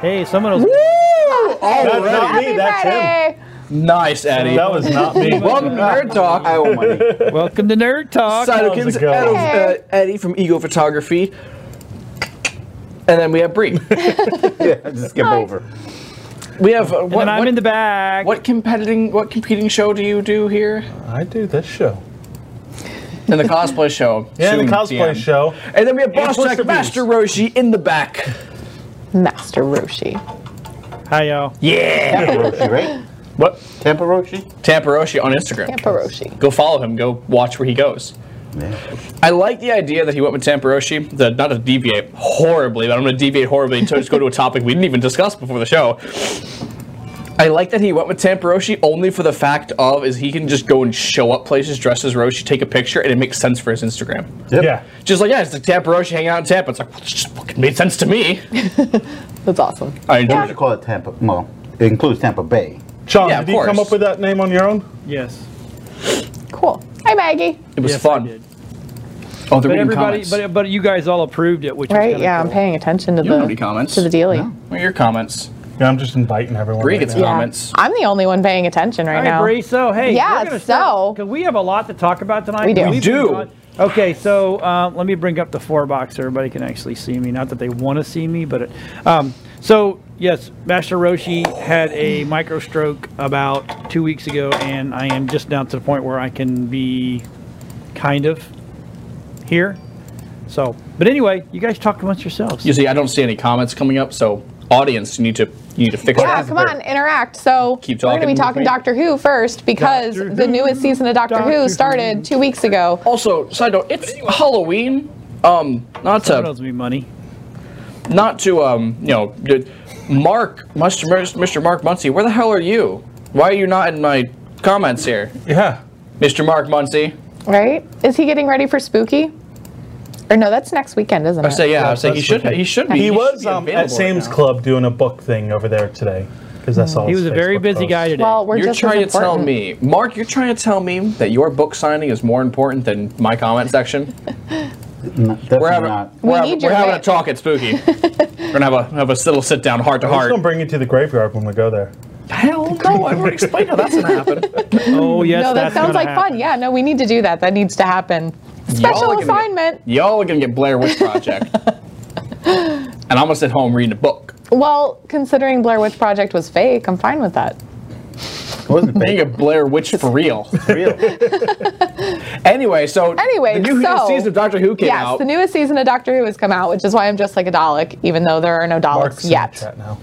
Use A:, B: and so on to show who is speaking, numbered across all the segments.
A: Hey, someone else.
B: All
C: That's not
B: right.
C: me. That's him.
B: Nice, Eddie.
C: That was not me.
B: Welcome to Nerd Talk. I owe money.
A: Welcome to Nerd Talk.
B: Sidokins,
C: it going?
B: Eddie, uh,
D: Hey.
B: Eddie from Ego Photography. And then we have Bree.
C: yeah, just skip over.
B: We have uh, what,
A: and I'm
B: what,
A: in the back.
B: what competing what competing show do you do here?
C: I do this show.
B: And the cosplay show.
C: Yeah, the
B: soon,
C: cosplay
B: TM.
C: show.
B: And then we have Boss
C: Puss
B: Jack
C: the Beast.
B: Master Roshi in the back.
D: Master Roshi.
A: Hi, y'all.
B: Yeah.
E: Tampa Roshi, right?
C: What?
E: Tampa Roshi?
B: Tampa Roshi on Instagram.
D: Tampa Roshi.
B: Go follow him. Go watch where he goes. I like the idea that he went with Tampa Roshi, the, not to deviate horribly, but I'm going to deviate horribly and just go to a topic we didn't even discuss before the show. I like that he went with Tampa Roshi only for the fact of is he can just go and show up places dressed as Roshi, take a picture, and it makes sense for his Instagram.
E: Yep.
C: Yeah.
B: Just like, yeah, it's like Tampa Roshi hanging out in Tampa. It's like, well, it just fucking made sense to me.
D: That's awesome.
B: I
E: What
B: enjoyed
E: would you call it Tampa? Well, it includes Tampa Bay.
C: Sean,
B: Yeah, of
C: did you come
B: course.
C: up with that name on your own?
A: Yes.
D: Cool. Hi, Maggie.
B: it. It was
A: Yes, I
B: fun.
A: did.
B: Oh, they're
A: But
B: reading
A: everybody,
B: comments.
A: but, but you guys all approved it, which was
D: Right?
A: kinda
D: Yeah, I'm
A: cool.
D: paying attention to
B: you don't have any
D: the
B: comments.
D: to the dealie.
B: What are your comments?
C: Yeah, I'm just inviting everyone.
B: Bree
C: right
B: gets
C: now.
D: Yeah.
B: comments.
D: I'm the only one paying attention right
A: All right,
D: now.
A: Bree. So hey,
D: Yeah, so-
A: because we have a lot to talk about tonight.
D: We do. We
A: We've been
B: do.
A: gone- Okay, so uh, let me bring up the four box so everybody can actually see me. Not that they want to see me, but it, um, so yes, Master Roshi had a micro stroke about two weeks ago, and I am just down to the point where I can be kind of here. So, but anyway, you guys talk amongst yourselves.
B: You see, I don't see any comments coming up, so audience, you need to you need to fix
D: Yeah,
B: that.
D: come on, interact. So
B: Keep
D: we're going to be
B: talking
D: talking
B: with me.
D: Doctor Who first because
A: Doctor
D: the
A: Who,
D: newest season of Doctor,
A: Doctor Who.
D: Who started two weeks ago.
B: Also, side note, it's Halloween. Um, not
A: That
B: to
A: owes me money.
B: not to um, you know, d- Mark, Mr. Mr. Mark Muncie, where the hell are you? Why are you not in my comments here,
C: Yeah.
B: Mr. Mark Muncie?
D: Right? Is he getting ready for Spooky? Or no, that's next weekend, isn't it?
B: I say yeah. I say he
C: that's
B: should.
C: what
B: He should be.
C: He,
B: should
C: was
B: be
C: um,
B: available
C: at
B: right
C: Sam's
B: now.
C: Club doing a book thing over there today because that's all.
A: He was a very busy guy today.
D: Well, we're
B: You're
D: just
B: trying
D: as
B: to tell
D: important.
B: me, Mark. You're trying to tell me that your book signing is more important than my comment section.
E: Definitely
B: We're having,
E: not.
B: we're, having-
D: need
B: we're
D: your
B: having a
D: wit.
B: talk at Spooky. we're gonna have a have a little sit down, heart to
C: I'm just
B: heart.
C: gonna bring you to the graveyard when we go there.
B: Hell no! I won't explain how that's gonna happen.
A: oh yes,
D: No, that
A: that's
D: sounds
A: gonna
D: like
A: happen.
D: fun. Yeah, no, we need to do that. That needs to happen.
B: Y'all are
D: Special
B: gonna get-
D: assignment.
B: Y'all are gonna get Blair Witch Project, and I'm gonna sit home reading a book.
D: Well, considering Blair Witch Project was fake, I'm fine with that.
E: It wasn't
B: I
E: fake.
B: think a Blair Witch for real.
E: It's real.
B: Anyway, so
D: Anyway,
B: the new
D: so-
B: season of Doctor Who came
D: yes,
B: out.
D: the newest season of Doctor Who has come out, which is why I'm just like a Dalek, even though there are no Daleks
C: Mark's in the
D: yet.
C: chat now.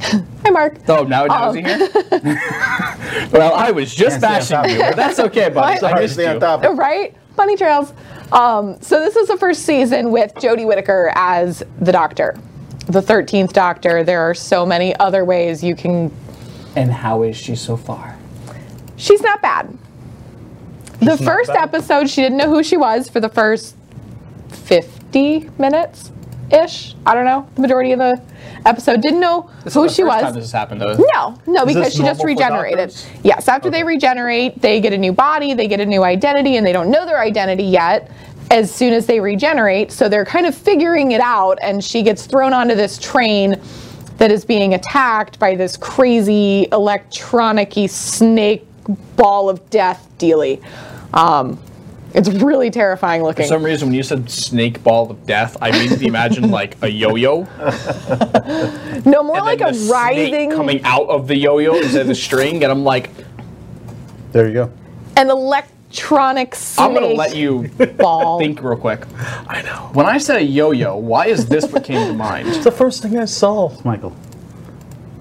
D: Hi, Mark.
B: oh, now now is he here?
D: Oh.
B: well, I was just
E: Can't stay on
B: bashing you,
E: top of
B: but that's okay, buddy.
D: What?
B: I missed
E: Stay on
B: you.
E: top of it.
D: right? Bunny trails. Um, so this is the first season with Jodie Whittaker as the Doctor, the Thirteenth Doctor. There are so many other ways you can.
B: And how is she so far?
D: She's not bad. The
C: not
D: first
C: bad.
D: episode, she didn't know who she was for the first fifty minutes, ish. I don't know. The majority of the episode didn't know
B: This
D: who
B: is the
D: she
B: first
D: was.
B: time this has happened, though.
D: No, no,
C: Is
D: because
C: this
D: she just
C: normal for
D: regenerated.
C: doctors?
D: Yes, after they regenerate, they get a new body, they get a new identity, and they don't know their identity yet as soon as they regenerate. So they're kind of figuring it out, and she gets thrown onto this train that is being attacked by this crazy electronic snake ball of death dealy. Um, it's really terrifying looking.
B: For some reason, when you said snake ball of death, I immediately imagined like a yo-yo.
D: no, more like
B: then
D: a
B: the snake
D: writhing
B: coming out of the yo-yo instead of the string, and I'm like,
E: There you go.
D: an electronic snake
B: I'm gonna let you
D: ball.
B: think real quick. I know. When I said a yo-yo, why is this what came to mind?
C: It's the first thing I
D: Oh.
C: saw.
E: Michael.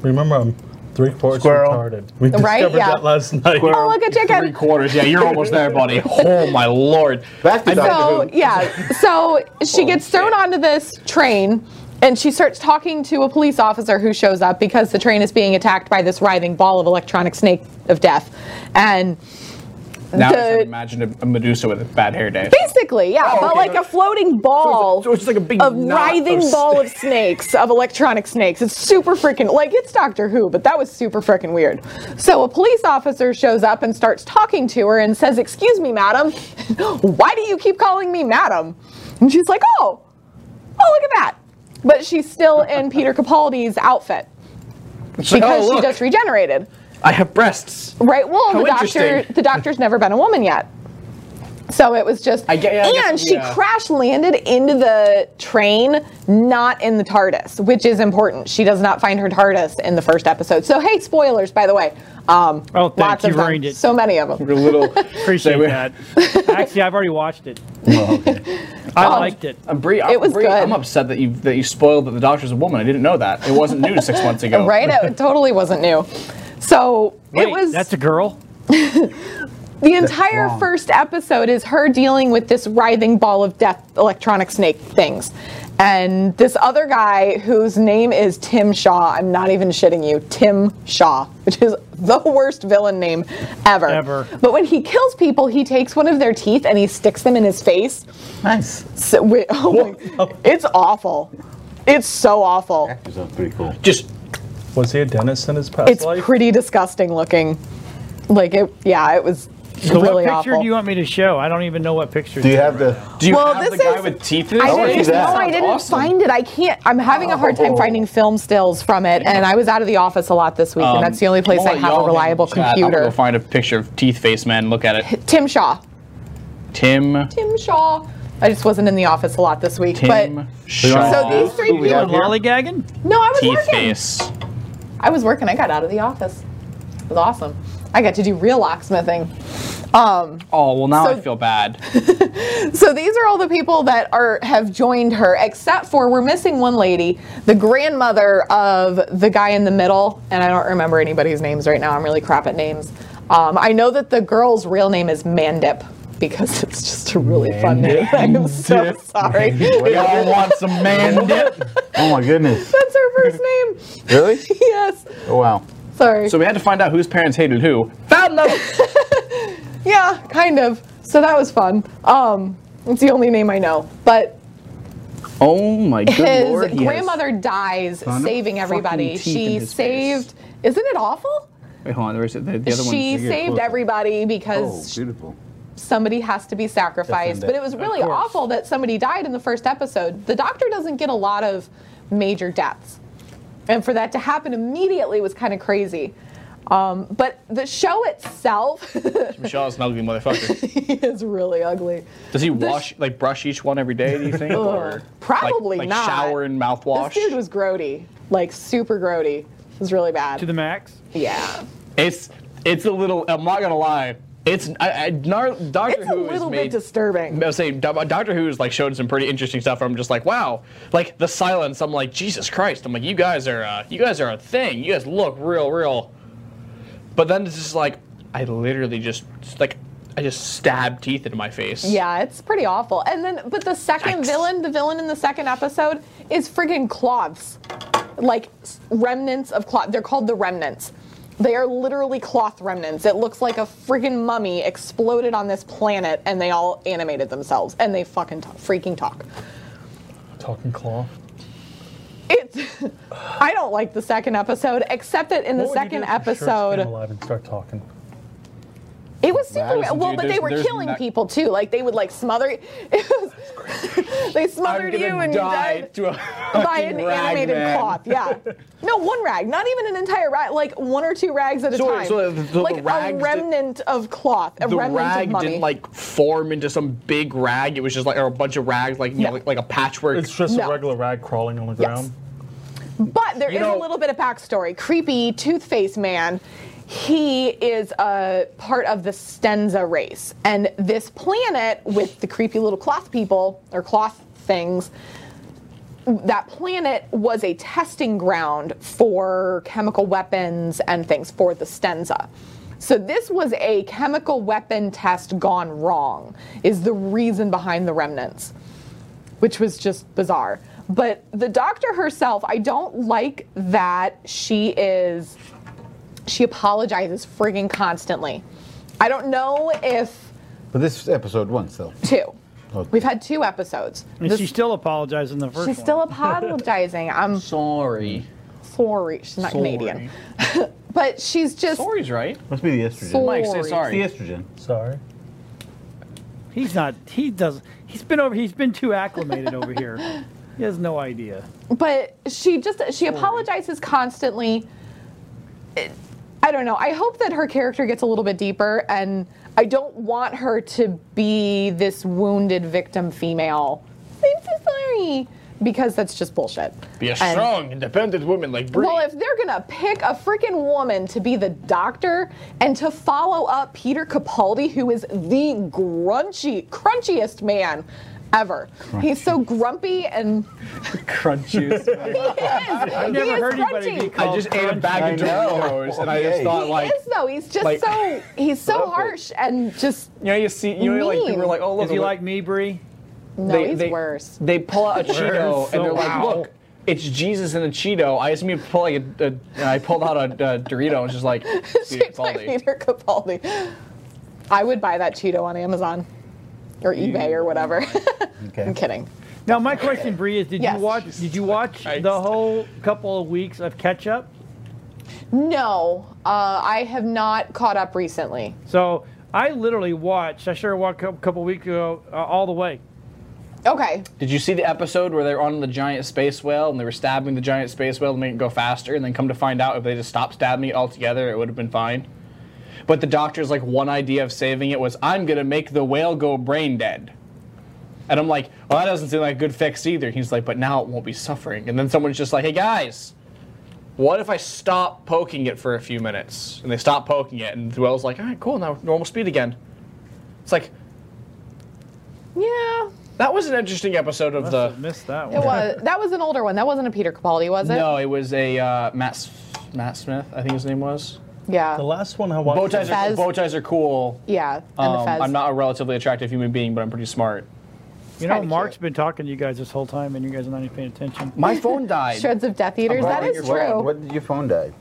C: Remember, I'm three quarters
E: Squirrel.
C: retarded. We
D: Right,
C: discovered
D: yeah.
C: that last night.
D: Oh, look at chicken.
B: Three quarters. Yeah, you're almost there, buddy. Oh my lord.
E: Back to
B: I
E: Doctor
D: so
E: Who.
D: yeah so she
B: Oh,
D: gets thrown
B: shit.
D: onto this train and she starts talking to a police officer who shows up because the train is being attacked by this writhing ball of electronic snake of death and
B: Now I
D: the-
B: can imagine a, a Medusa with a bad hair day.
D: basically yeah
B: Oh,
D: but
B: okay.
D: like a floating ball
B: so it's like a big
D: of
B: knot
D: writhing
B: of
D: ball of snakes of electronic snakes it's super freaking like it's doctor who but that was super freaking weird so a police officer shows up and starts talking to her and says excuse me madam why do you keep calling me madam and she's like oh oh look at that but she's still in Peter Capaldi's outfit
B: It's like,
D: because
B: oh,
D: she
B: look,
D: just regenerated.
B: I have breasts.
D: Right. Well,
B: How
D: the doctor,
B: interesting.
D: the doctor's never been a woman yet, so it was just.
B: I get- yeah, I
D: and
B: guess-
D: she
B: yeah.
D: crash landed into the train, not in the TARDIS, which is important. She does not find her TARDIS in the first episode. So hey, spoilers, by the way. Um,
A: Oh, thank
D: lots
A: you,
D: of them.
A: ruined it.
D: So many of them.
B: A little.
A: Appreciate
B: Say we-
A: that. Actually, I've already watched it.
E: Well, Oh, okay.
A: I liked it.
B: I'm Bree,
D: Oh. It was
B: Bree,
D: good.
B: I'm upset that you that you spoiled that the doctor's a woman. I didn't know that. It wasn't news six months ago.
D: Right. It totally wasn't new. So
A: Wait,
D: it was.
A: That's a girl.
D: The entire
E: wrong.
D: first episode is her dealing with this writhing ball of death electronic snake things. And this other guy whose name is Tim Shaw, I'm not even shitting you, Tim Shaw, which is the worst villain name ever.
A: Ever.
D: But when he kills people, he takes one of their teeth and he sticks them in his face.
E: nice.
D: So, wi- oh my, it's awful. It's so awful.
E: Actors are pretty cool.
B: Just
C: Was he a dentist in his past
D: It's
C: life?
D: pretty disgusting looking. Like it, yeah, it was
A: So what
D: really
A: picture
D: awful.
A: do you want me to show? I don't even know what picture.
E: Do you have the?
B: do you
D: Well,
B: have the
D: this
B: guy
D: is-
B: with teeth? In his
D: I
E: wanna
B: face?
E: see that.
D: didn't, no, I
B: Sounds
D: didn't
B: awesome. Oh.
D: find it. I can't. I'm having a hard time finding film stills from it, and I was out of the office a lot this week,
B: Um,
D: and that's the only place
B: I'll
D: I
B: let
D: have
B: y'all
D: a
B: hit
D: reliable
B: the chat. I'm
D: computer.
B: gonna go find a picture of teeth face man. Look at it.
D: Tim Shaw.
B: Tim.
D: Tim Shaw. I just wasn't in the office a lot this week,
B: Tim.
D: but so
B: Shaw.
D: these three
E: Who we
D: people.
E: have here?
A: lollygagging?
D: No, I was
B: teeth
D: working.
B: face.
D: I was working. I got out of the office. It was awesome. I got to do real locksmithing. Um,
B: Oh well, now
D: So-
B: I feel bad.
D: So these are all the people that are have joined her, except for we're missing one lady, the grandmother of the guy in the middle, and I don't remember anybody's names right now. I'm really crap at names. Um, I know that the girl's real name is Mandip because it's just a really fun name. I am so sorry.
B: We all want some man dip.
E: Oh my goodness.
D: That's her first name.
E: Really?
D: yes.
E: Oh wow.
D: Sorry.
B: So we had to find out whose parents hated who. Found them.
D: Yeah, kind of. So that was fun. Um, it's the only name I know, but
B: Oh my good
D: his
B: lord. he has-
D: grandmother dies
E: Ton of
D: saving everybody.
B: fucking teeth
D: She
B: in his
D: saved. Isn't it awful?
B: Wait, hold on. Where is it? The, the other
D: she
B: one.
E: get
D: saved
E: closer.
D: everybody
E: Oh,
D: because
E: beautiful.
D: somebody has to be sacrificed.
E: Defend it.
D: But it was really
E: course.
D: awful that somebody died in the first episode. The doctor doesn't get a lot of major deaths. And for that to happen immediately was kind of crazy. Um, but the show itself
B: Michelle's an ugly motherfucker.
D: is really ugly.
B: Does he
D: sh-
B: wash, like, brush each one every day? Do you think? or like-
D: Probably
B: like,
D: not.
B: shower and mouthwash.
D: This dude was grody, like super grody. It was really bad.
A: To the max.
D: yeah.
B: It's it's a little. I'm not gonna lie. It's I, I Nar, Doctor
D: It's a
B: Who is
D: little bit
B: made.
D: disturbing.
B: I was saying Do- Doctor Who's like showed some pretty interesting stuff. I'm just like, wow, like the silence. I'm like, Jesus Christ. I'm like, you guys are uh, you guys are a thing. You guys look real, real. But then it's just like, I literally just like I just stabbed teeth into my face.
D: Yeah, it's pretty awful. And then, but the second
B: Yikes.
D: villain, the villain in the second episode, is friggin' cloths, like s- remnants of cloth. They're called the remnants. They are literally cloth remnants. It looks like a friggin' mummy exploded on this planet, and they all animated themselves, and they fucking talk, freaking talk.
C: Talking claw.
D: It's. I don't like the second episode, except that in the
C: What would you do
D: second
C: if your shirts came
D: episode.
C: alive and start talking.
D: It was super
B: Madison,
D: bad. Well,
B: dude,
D: but they
B: there's-
D: were
B: there's
D: killing
B: not-
D: people too. Like they would like smother. It was, they
B: I'm
D: smothered
B: gonna
D: you and you
B: die
D: died
B: to a
D: by
B: fucking
D: an
B: rag
D: animated
B: man.
D: cloth. Yeah. No, one rag, not even an entire rag. Like one or two rags at a
B: So wait,
D: time.
B: so the- the
D: like
B: rags
D: a
B: did-
D: remnant of cloth, a
B: the
D: remnant
B: rag
D: of mummy.
B: didn't like form into some big rag. It was just like or a bunch of rags, like you
D: No.
B: know, like, like a patchwork.
C: It's just
D: No.
C: a regular rag crawling on the ground.
D: But there is
B: You know-
D: a little bit of backstory. Creepy Toothface Man, he is a part of the Stenza race. And this planet with the creepy little cloth people or cloth things, that planet was a testing ground for chemical weapons and things for the Stenza. So this was a chemical weapon test gone wrong, is the reason behind the remnants which was just bizarre. But the doctor herself, I don't like that she is, she apologizes friggin' constantly. I don't know if
E: But this is episode one, so. Oh,
D: two.
E: Okay.
D: We've had two episodes.
A: And
D: This-
A: she still apologized in the first
D: she's
A: one.
D: still apologizing. I'm
B: sorry.
D: sorry. She's not Canadian. But she's just
B: Sorry's right.
E: Must be the estrogen.
D: sorry.
B: Mike, say sorry.
E: It's the estrogen.
C: Sorry.
A: He's not. He does. He's been over. He's been too acclimated over here. He has no idea.
D: but she just she apologizes constantly It- i don't know i hope that her character gets a little bit deeper and i don't want her to be this wounded victim female i'm so sorry because that's just bullshit
B: Be a
D: And-
B: strong, independent woman like Bree.
D: well, if they're gonna pick a freaking woman to be the doctor and to follow up Peter Capaldi, who is the grunchy, crunchiest man ever. He's so grumpy and
C: Crunchiest.
D: he is.
A: I've never heard anybody be
B: I
A: called
B: just ate a
A: crunch.
B: bag of
E: I know.
B: Doritos, and I just
E: Yay.
B: thought like,
D: he is though. He's just
B: like-
D: so he's so harsh and just
B: you know, you see, you know, like people
D: Mean.
B: are like, oh look,
A: If you
B: look,
A: like me, Bree,
D: no,
B: they-
D: he's
B: they-
D: worse.
B: They pull out a Cheeto and they're like,
A: Wow.
B: "Look, it's Jesus in a Cheeto." I just mean pull like a, a, and I pulled out a, a Dorito and was just like, Dude,
D: Shaped like
B: Capaldi.
D: Peter Capaldi. I would buy that Cheeto on Amazon or eBay or whatever.
E: Okay.
D: I'm kidding.
A: Now my question, Bree, is did
D: Yes.
A: you watch? Did you watch
B: Christ.
A: the whole couple of weeks of catch up?
D: No, uh, I have not caught up recently.
A: So I literally watched. I sure watched a couple weeks ago uh, all the way.
D: Okay,
B: Did you see the episode where they're on the giant space whale and they were stabbing the giant space whale to make it go faster, and then come to find out if they just stopped stabbing it altogether, it would have been fine. But the doctor's like one idea of saving it was, "I'm gonna make the whale go brain dead." And I'm like, well, that doesn't seem like a good fix either. He's like, but now it won't be suffering. And then someone's just like, hey guys, what if I stop poking it for a few minutes? And they stop poking it, and the whale's like, all right, cool, now normal speed again. It's like,
D: yeah,
B: that was an interesting episode of
A: I
B: the.
A: missed that
D: it
A: one.
D: was that was an older one. That wasn't a Peter Capaldi, was it?
B: No, it was a uh, Matt, S- Matt Smith, I think his name was.
D: Yeah,
C: the last one I watched.
B: Bow ties, are,
D: Fez.
B: bow ties are cool.
D: yeah, and the
B: Um,
D: Fez.
B: I'm not a relatively attractive human being, but I'm pretty smart.
A: You know,
D: kinda
A: Mark's
D: cute.
A: been talking to you guys this whole time, and you guys are not even paying attention.
B: My phone died.
D: Shreds of Death Eaters. That is
E: What-
D: true.
E: What did your phone die?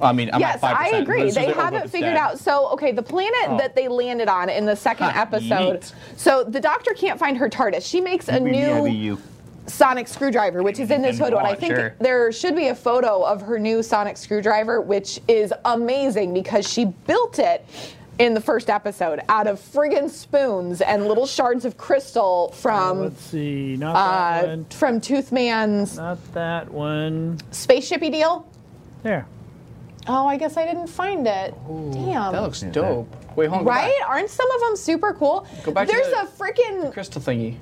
B: I mean, I'm
D: yes,
B: at 5%.
D: I
B: but
D: agree.
B: as soon
D: They
B: as I open up, Oh.
D: haven't
B: it's
D: figured
B: dead.
D: out. So, okay, the planet that they landed on in the second
B: Ha,
D: episode.
B: yeet.
D: So the doctor can't find her TARDIS. She makes a
E: You mean yeah, the
D: new
E: you.
D: sonic screwdriver, which is in this
B: And
D: photo. And I
B: want,
D: think
B: sure.
D: there should be a photo of her new sonic screwdriver, which is amazing because she built it in the first episode out of friggin' spoons and little shards of crystal from
A: Let's see, not Oh, that
D: Um, uh,
A: one,
D: from Toothman's
A: not that one.
D: spaceshipy deal.
A: There.
D: Oh, I guess I didn't find it. Damn.
B: That looks dope. Wait, hold on. go back.
D: Right? Aren't some of them super cool?
B: Go back to
D: There's
B: the-
D: a freaking.
B: crystal thingy.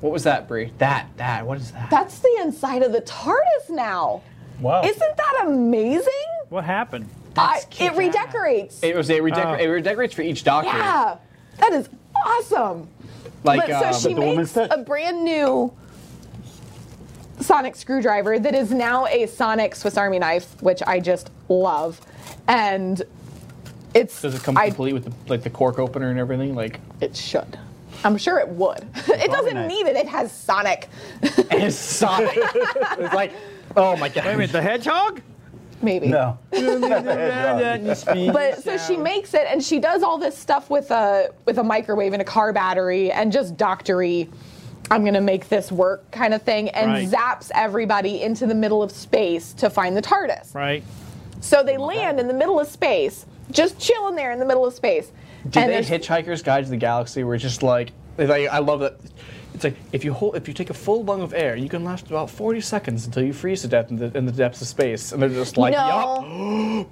B: What was that, Brie? That, that, what is that?
D: That's the inside of the TARDIS now.
C: Wow.
D: Isn't that amazing?
A: What happened?
D: I, it redecorates.
B: It was a redecor-
A: Oh.
B: it redecorates for each doctor.
D: yeah. That is awesome.
B: Like,
D: but so she
B: um,
E: woman's
D: makes
E: touch.
D: a brand new sonic screwdriver that is now a sonic Swiss Army knife, which I just love. And it's.
B: does it come
D: I-
B: complete with the, like the cork opener and everything? Like,
D: It should. I'm sure it would. it doesn't
E: knife.
D: need it. It has Sonic.
B: it's Sonic. it's like, oh my god.
A: Wait a minute, the hedgehog?
D: Maybe.
C: Oh.
E: No.
D: but so she makes it and she does all this stuff with a with a microwave and a car battery and just doctory I'm gonna make this work kind of thing and
A: Right.
D: zaps everybody into the middle of space to find the TARDIS.
A: Right.
D: So they land in the middle of space, just chilling there in the middle of space.
B: Do
D: and
B: they
D: there's-
B: Hitchhiker's Guide to the Galaxy where it's just like, it's like I love that. It's like if you hold, if you take a full lung of air, you can last about 40 seconds until you freeze to death in the, in the depths of space. And they're just like, yup.
D: no.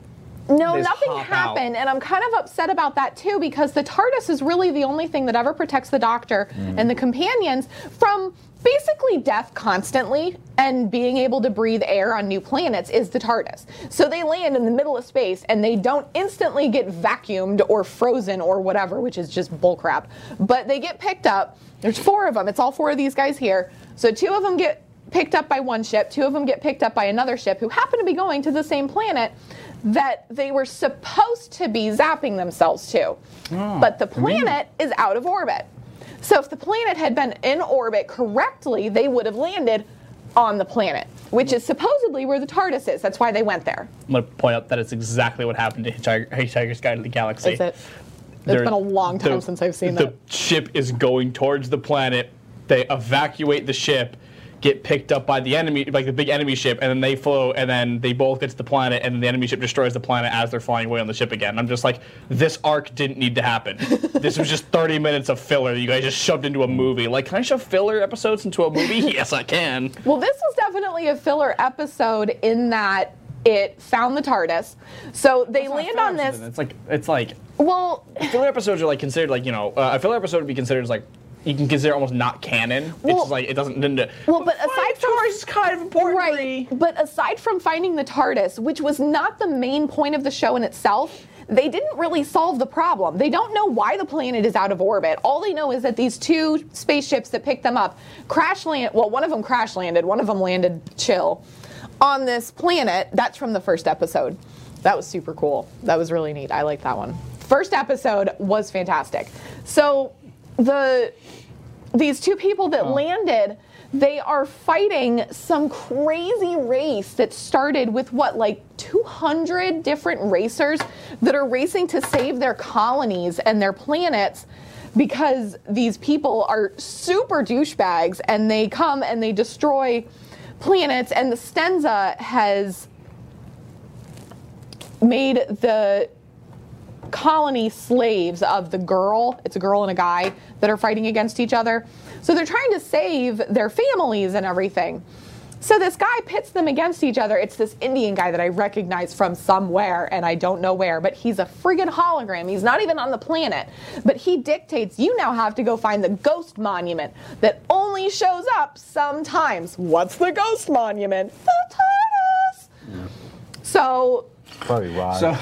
D: No,
B: They just
D: nothing
B: hop out.
D: happened, and I'm kind of upset about that too because the TARDIS is really the only thing that ever protects the Doctor and the companions from basically death constantly and being able to breathe air on new planets is the TARDIS. So they land in the middle of space and they don't instantly get vacuumed or frozen or whatever, which is just bullcrap. But they get picked up. There's four of them. It's all four of these guys here. So two of them get picked up by one ship, two of them get picked up by another ship who happen to be going to the same planet that they were supposed to be zapping themselves to.
B: Oh,
D: but the planet is out of orbit. So if the planet had been in orbit correctly, they would have landed on the planet, which is supposedly where the TARDIS is. That's why they went there.
B: I'm gonna point out that it's exactly what happened to Hitchhiker, Hitchhiker's Guide to the Galaxy.
D: Is it?
B: They're-
D: been a long time
B: the-
D: since I've seen
B: the
D: that.
B: ship is going towards the planet. They evacuate the ship. get picked up by the enemy, like the big enemy ship, and then they flow, and then they both get to the planet, and then the enemy ship destroys the planet as they're flying away on the ship again. I'm just like, this arc didn't need to happen. this was just 30 minutes of filler that you guys just shoved into a movie. Like, can I shove filler episodes into a movie? yes, I can.
D: Well, this was definitely a filler episode in that it found the TARDIS. So they land on this.
B: It's like, it's like
D: Well,
B: filler episodes are like considered like you know uh, a filler episode would be considered as like you can consider almost not canon.
D: Well-
B: it's just like it doesn't. didn't-
D: well, but aside from
B: it's kind of important.
D: right, but aside from finding the TARDIS, which was not the main point of the show in itself, they didn't really solve the problem. They don't know why the planet is out of orbit. All they know is that these two spaceships that picked them up crash land. Well, one of them crash landed. One of them landed chill on this planet. That's from the first episode. That was super cool. That was really neat. I like that one. First episode was fantastic. So the these two people that landed they are fighting some crazy race that started with what like 200 different racers that are racing to save their colonies and their planets because these people are super douchebags and they come and they destroy planets and the stenza has made the colony slaves of the girl. It's a girl and a guy that are fighting against each other. So they're trying to save their families and everything. So this guy pits them against each other. It's this Indian guy that I recognize from somewhere and I don't know where, but he's a friggin' hologram. He's not even on the planet. But he dictates you now have to go find the ghost monument that only shows up sometimes. What's the ghost monument? The TARDIS. So
E: Probably why.
B: So,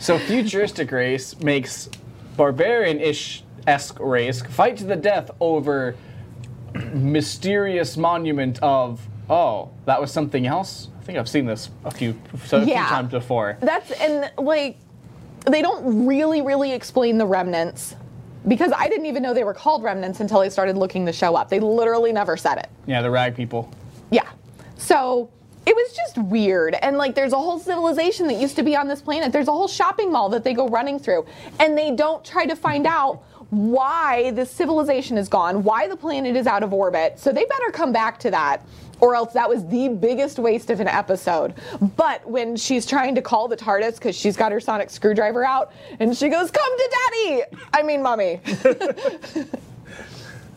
B: so futuristic race makes barbarian-ish esque race fight to the death over mysterious monument of oh that was something else. I think I've seen this a few so a few
D: Yeah.
B: times before.
D: That's and like they don't really really explain the remnants because I didn't even know they were called remnants until I started looking the show up. They literally never said it.
B: Yeah, the rag people.
D: Yeah. So it was just weird. And like there's a whole civilization that used to be on this planet. There's a whole shopping mall that they go running through and they don't try to find out why this civilization is gone, why the planet is out of orbit. So they better come back to that. Or else that was the biggest waste of an episode. But when she's trying to call the TARDIS because she's got her sonic screwdriver out and she goes, Come to daddy! I mean, mommy.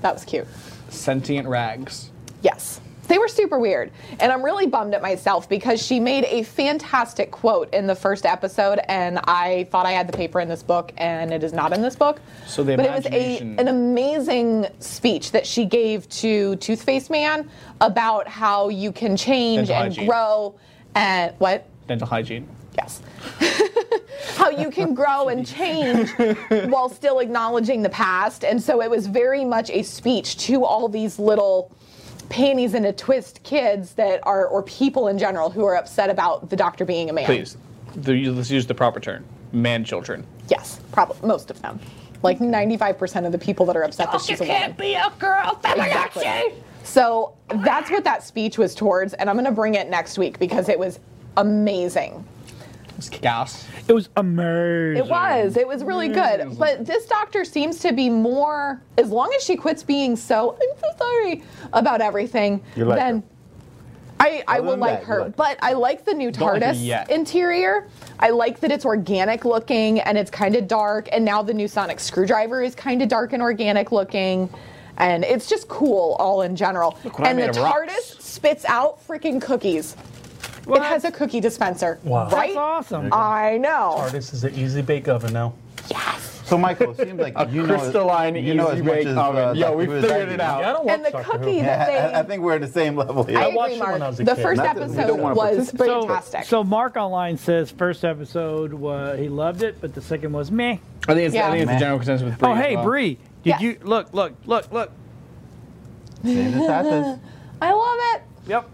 D: that was cute.
B: Sentient rags.
D: Yes. They were super weird. And I'm really bummed at myself because she made a fantastic quote in the first episode, and I thought I had the paper in this book, and it is not in this book.
B: So the
D: but it was a,
B: imagination-
D: an amazing speech that she gave to Toothface Man about how you can change
B: Dental
D: and
B: hygiene.
D: grow and what?
B: Dental hygiene.
D: Yes. How you can grow and change while still acknowledging the past. And so it was very much a speech to all these little panties in a twist kids that are, or people in general, who are upset about the doctor being a man.
B: Please, the, let's use the proper term. Man children.
D: Yes, probably most of them. Like 95% of the people that are upset that she's a woman. Oh, can't be a girl, exactly. So that's what that speech was towards, and I'm going to bring it next week because it was amazing.
B: Let's kick ass.
A: It was amazing.
D: It was. It was really good. But this doctor seems to be more, as long as she quits being so, I'm so sorry about everything,
E: You like
D: then
E: her.
D: I, I
E: Other
D: will
E: than
D: like
E: that, you
D: her.
E: like her.
D: but I like the new
B: like her
D: TARDIS
B: yet.
D: interior. I like that it's organic looking and it's kind of dark. And now the new Sonic screwdriver is kind of dark and organic looking. And it's just cool all in general.
B: what I
D: and the
B: made of rocks.
D: TARDIS spits out freaking cookies. It has a cookie dispenser.
C: Wow. That's
A: That's
D: Right? Uh,
A: awesome.
D: I know.
C: Artist is an easy bake oven now.
E: So, Michael, it seems like you know,
B: crystalline
E: you know as
B: easy
E: much
B: bake
E: as,
B: oven.
E: uh,
B: Yo,
E: Dr.
B: we
E: Who as
B: figured
E: I do.
B: it out.
C: Yeah, I don't
D: And the
C: watch Doctor
D: cookie
C: Who.
D: that they
E: I, I think we're at the same level here.
D: I
C: watched
D: agree,
C: it when
D: Mark.
C: I was a
D: the
C: kid.
D: first
E: Not that we
D: episode
E: don't wanna
D: was
E: participate, but-
D: fantastic.
A: So Mark online says first episode was he loved it, but the second was meh.
B: I think it's,
D: Yeah.
B: I think it's the
E: Man.
B: general consensus with Bree.
A: Oh
B: as
A: hey
B: well.
A: Bree, did
D: Yes.
A: you look look look look?
E: Same as Tatas.
D: I love it.
A: Yep,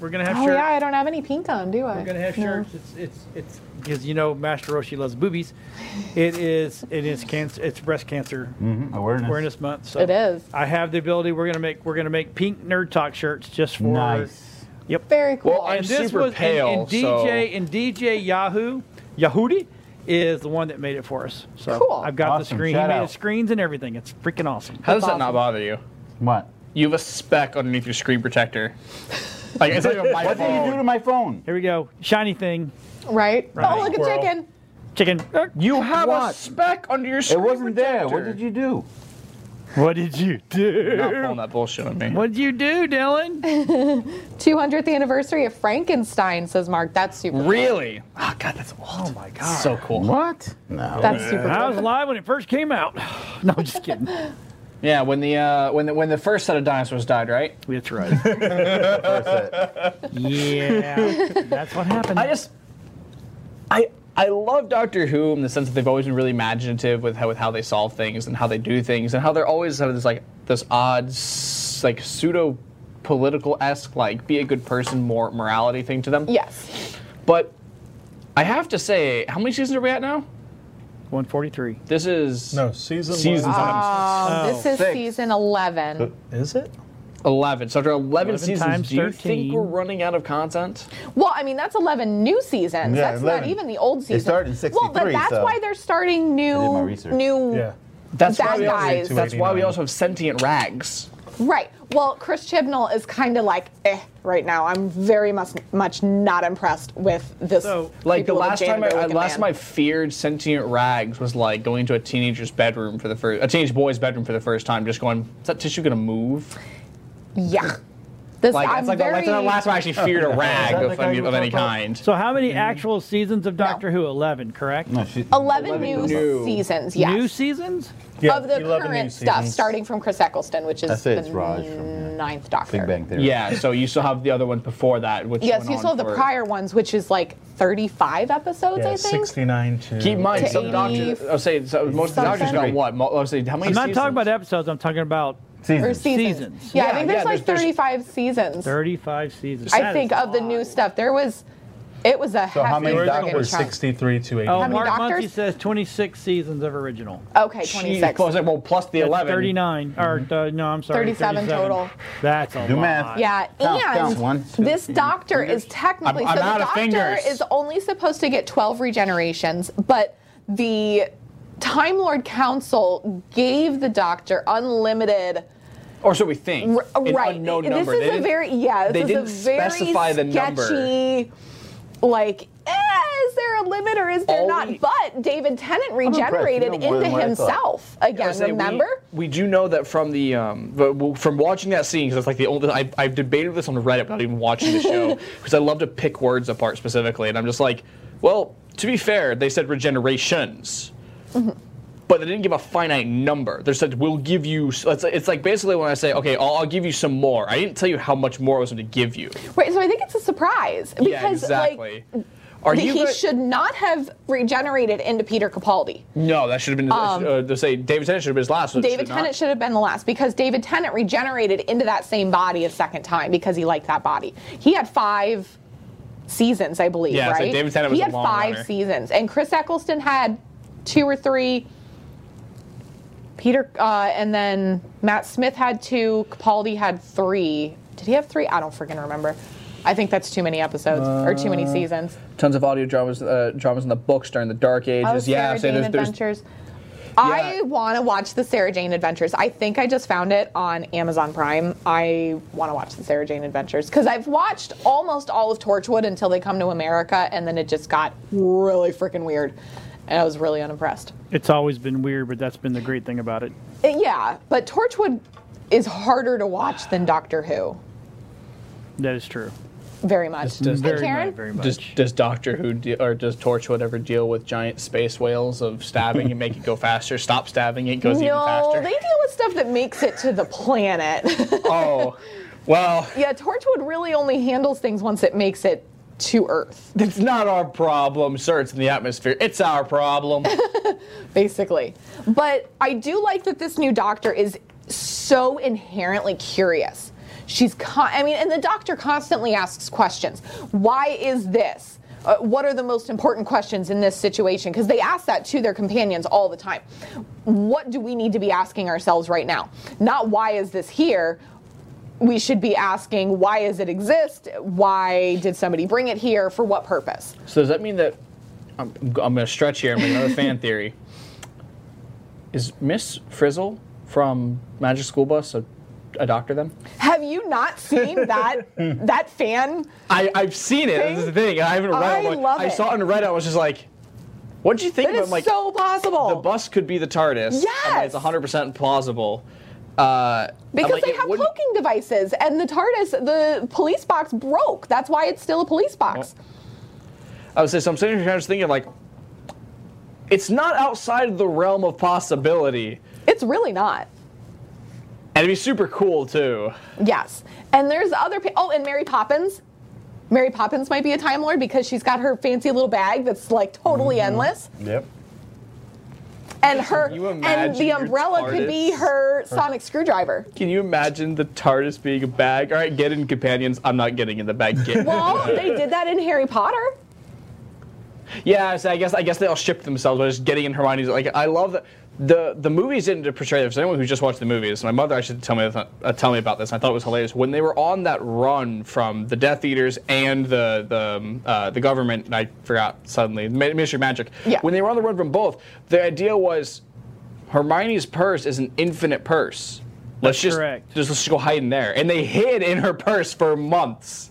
A: we're gonna have
D: Oh
A: shirts.
D: yeah, I don't have any pink on, do I?
A: We're gonna have shirts. It's it's it's because you know Master Roshi loves boobies. It is it is cancer. It's breast cancer
E: Mhm, Awareness.
A: awareness month. So
D: It is.
A: I have the ability. We're gonna make we're gonna make pink nerd talk shirts just for
E: Nice.
A: Yep.
D: Very cool.
B: Well, I'm
A: and this
B: super
A: was
B: pale,
A: and, and
B: so-
A: DJ and DJ Yahoo Yahudi is the one that made it for us. So
D: Cool.
A: I've got
E: Awesome.
A: the screen.
E: Shout
A: he made
E: out.
A: the screens and everything. It's freaking awesome.
B: How does that
D: awesome.
B: not bother you?
E: What?
B: you have a speck underneath your screen protector. Like it's not even my
E: What did you do to
B: fault.
E: my phone?
A: Here we go. Shiny thing.
D: right?
A: Right.
D: Oh, look, a
B: Squirrel.
D: chicken.
A: Chicken. Uh,
B: You have a
E: What?
B: speck under your
E: It
B: screen.
E: wasn't there. What
B: protector.
E: did you do?
A: What did you
B: Not
A: do?
B: pulling that bullshit on me.
A: What did you do, Dylan?
D: 200th anniversary of Frankenstein, says Mark. That's super.
B: Really? Oh god, that's old.
A: Oh my god.
B: So cool.
E: What? No.
D: That's super.
A: I
D: cool.
A: was live when it first came out. No, I'm just kidding.
B: Yeah, when the uh, when the when the first set of dinosaurs died, right?
A: That's right. Yeah. That's what happened.
B: I just I I love Doctor Who in the sense that they've always been really imaginative with how with how they solve things and how they do things and how they're always have this like this odd s- like pseudo political esque like be a good person more morality thing to them.
D: Yes.
B: But I have to say, how many seasons are we at now?
A: 143.
B: This is
C: No, season
B: season
C: one.
B: times
A: Oh.
D: this is
E: Six. Uh,
D: season 11.
C: Is it?
D: Mm.
B: eleven. So after eleven,
A: 11
B: seasons,
A: times
B: do you
A: 13.
B: think we're running out of content?
D: Well, I mean, that's 11 new seasons.
E: Yeah,
D: that's not
E: 11.
D: even the old season.
E: started in
D: Well, but
E: 63,
D: that's
E: so-
D: why they're starting
E: my
D: new,
E: research.
D: new
C: Yeah.
B: That's why
D: Bad
B: we also,
D: guys.
B: that's why we
C: 289.
B: also have sentient rags.
D: Right. Well, Chris Chibnall is kind of like eh right now. I'm very much much not impressed with this.
A: So,
B: Like the
D: people with
B: last time I,
D: janitor
B: I-
D: looking
B: last time I
D: man.
B: feared sentient rags was like going to a teenager's bedroom for the first a teenage boy's bedroom for the first time, just going, is that tissue gonna move?
D: yeah. This
B: Like
D: I'm
B: it's like, the-
D: very.
B: like the last time I actually feared a rag
E: that
B: of,
E: the guy
B: any-
E: you
B: of
E: were
B: any
E: talking about?
B: kind.
A: So how
D: Mm-hmm.
A: many actual seasons of Doctor Who? 11, correct?
E: No, she,
D: 11 new,
B: new-
D: seasons, yes.
A: New seasons?
C: Yeah,
D: of the
C: 11 new
D: current stuff,
C: seasons.
D: starting from Chris Eccleston, which is
E: I say
D: the
E: it's Raj from, yeah.
D: ninth Doctor.
E: Big Bang Theory.
B: Yeah, so you still have the other ones before that, which
D: Yes,
B: went
D: you
B: on
D: still have the
B: for-
D: prior ones, which is like 35 episodes,
C: Yeah,
D: I think.
C: 69 to.
B: Keep in mind,
D: To
B: some doctors,
D: 80
B: I'll say, so most of the doctors got
E: something.
B: what? Mo- I'll say, how many
A: I'm not
B: seasons?
A: talking about episodes. I'm talking about
D: Or
E: Season.
D: seasons.
A: Seasons.
D: Yeah, I
B: Yeah,
D: think there's
B: yeah,
D: like
B: there's- there's-
D: 35 seasons.
A: 35 seasons. That
D: I
A: is
D: think
A: a
D: of the
A: lot.
D: new stuff. There was, it was a
E: So how
D: hefty
E: many
D: friggin'
E: doctors?
C: We're
D: chunk.
C: 63 to 80.
A: Oh,
D: many
A: Mark
D: doctors? Uh,
A: Muncy says 26 seasons of original.
D: Okay,
B: Jeez,
D: 26.
B: well, it's like, well, plus the 11.
A: 39, or uh, no, I'm sorry.
D: 37 Mm-hmm. total.
A: That's a
E: Do
A: lot.
E: math.
D: Yeah,
E: Count,
D: and
E: count. One, two,
D: this doctor is technically
B: I'm- I'm
D: so
B: out
D: the
B: of
D: doctor
B: fingers.
D: is only supposed to get 12 regenerations, but the Time Lord Council gave the doctor unlimited.
B: Or so we think.
D: r-
B: An
D: right,
B: unknown
D: this
B: number. They
D: is a
B: didn't-
D: very yeah. This
B: they
D: is
B: didn't
D: a very
B: specify the
D: sketchy,
B: number.
D: Like, eh, is there a limit or is there
B: All
D: not?
B: we-
D: but David Tennant
E: impressed. You
D: regenerated
E: know more
D: into
E: than what I thought.
D: himself
B: I
D: again.
B: say we-
D: remember?
B: We, do know that from the um, but w- from watching that scene because it's like the only I've, I've debated this on Reddit without even watching the show because I love to pick words apart specifically, and I'm just like, well, to be fair, they said regenerations.
D: Mm-hmm.
B: But they didn't give a finite number. They said we'll give you. s- It's like, it's like basically when I say, okay, I'll, I'll give you some more. I didn't tell you how much more I was going to give you.
D: Right, so I think it's a surprise because
B: yeah, exactly.
D: like
B: Are
D: he
B: you? gonna-
D: should not have regenerated into Peter Capaldi.
B: no, that should have been. uh, they say David Tennant should have been his last. so it
D: Um, David
B: should not.
D: Tennant should have been the last because David Tennant regenerated into that same body a second time because he liked that body. He had five seasons, I believe.
B: Yeah, so
D: right?
B: David Tennant
D: he
B: was a
D: had
B: long
D: five
B: runner.
D: seasons, and Chris Eccleston had two or three. Peter uh, and then Matt Smith had two. Capaldi had three. Did he have three? I don't freaking remember. I think that's too many episodes or too
B: Uh,
D: many seasons.
B: tons of audio dramas uh, dramas in the books during the dark ages
D: Oh,
B: yeah
D: Sarah
B: so
D: Jane
B: there's, there's
D: Adventures. I want to watch the Sarah Jane Adventures. I think I just found it on Amazon Prime. I want to watch the Sarah Jane Adventures because I've watched almost all of Torchwood until they come to America, and then it just got really freaking weird, and I was really unimpressed.
A: It's always been weird, but that's been the great thing about it.
D: Uh, yeah, but Torchwood is harder to watch than Doctor Who,
A: That is true.
D: very much.
B: does-
D: Hey,
A: Very,
D: Karen?
A: much, very much.
B: does, does Doctor Who de- or does Torchwood ever deal with giant space whales of stabbing and make it go faster? Stop stabbing, it goes even
D: No,
B: faster.
D: they deal with stuff that makes it to the planet.
B: oh, well,
D: yeah, Torchwood really only handles things once it makes it to Earth.
B: it's not our problem, sir. It's in the atmosphere. It's our problem.
D: basically. But I do like that this new doctor is so inherently curious. She's, con- I mean, and the doctor constantly asks questions. Why is this? Uh, what are the most important questions in this situation? Because they ask that to their companions all the time. What do we need to be asking ourselves right now? Not why is this here? We should be asking why does it exist? Why did somebody bring it here? For what purpose?
B: so does that mean that I'm, I'm going to stretch here and make another fan theory? Is Miss Frizzle from Magic School Bus a a doctor then?
D: Have you not seen that that fan?
B: I, I've seen it. This is the thing. I haven't read
D: I
B: it. I'm like-
D: love
B: I
D: it.
B: saw it on Reddit. I was just like, what did you think
D: That
B: about
D: is
B: it? I'm like
D: so
B: the
D: possible.
B: bus could be the TARDIS? I'm like,
D: Yes!
B: it's 100 percent plausible. Uh, I'm
D: because
B: like,
D: they
B: it
D: have
B: wouldn't-
D: cloaking devices, and the TARDIS, the police box broke. That's why it's still a police box.
B: I was saying, so I'm sitting here just thinking like, it's not outside the realm of possibility,
D: It's really not.
B: and it'd be super cool too.
D: Yes. And there's other people. Oh, and Mary Poppins. Mary Poppins might be a Time Lord because she's got her fancy little bag that's like totally endless.
E: Yep.
D: And her
B: Mm-hmm. you
D: and
B: imagine
D: the
B: your
D: umbrella could be
B: TARDIS?
D: her sonic screwdriver.
B: Can you imagine the TARDIS being a bag? All right, get in, companions. I'm not getting in the bag. Get in.
D: Well, they did that in Harry Potter.
B: Yeah, so I guess I guess they all shipped themselves by just getting in Hermione's. Like I love that the the movies didn't portray this. Anyone who just watched the movies, my mother actually tell me uh, tell me about this. and I thought it was hilarious when they were on that run from the Death Eaters and the the um, uh, the government. And I forgot suddenly Ma- Ministry of Magic.
D: Yeah.
B: When they were on the run from both, the idea was Hermione's purse is an infinite purse. Let's just,
A: correct.
B: just let's just go hide in there. And they hid in her purse for months.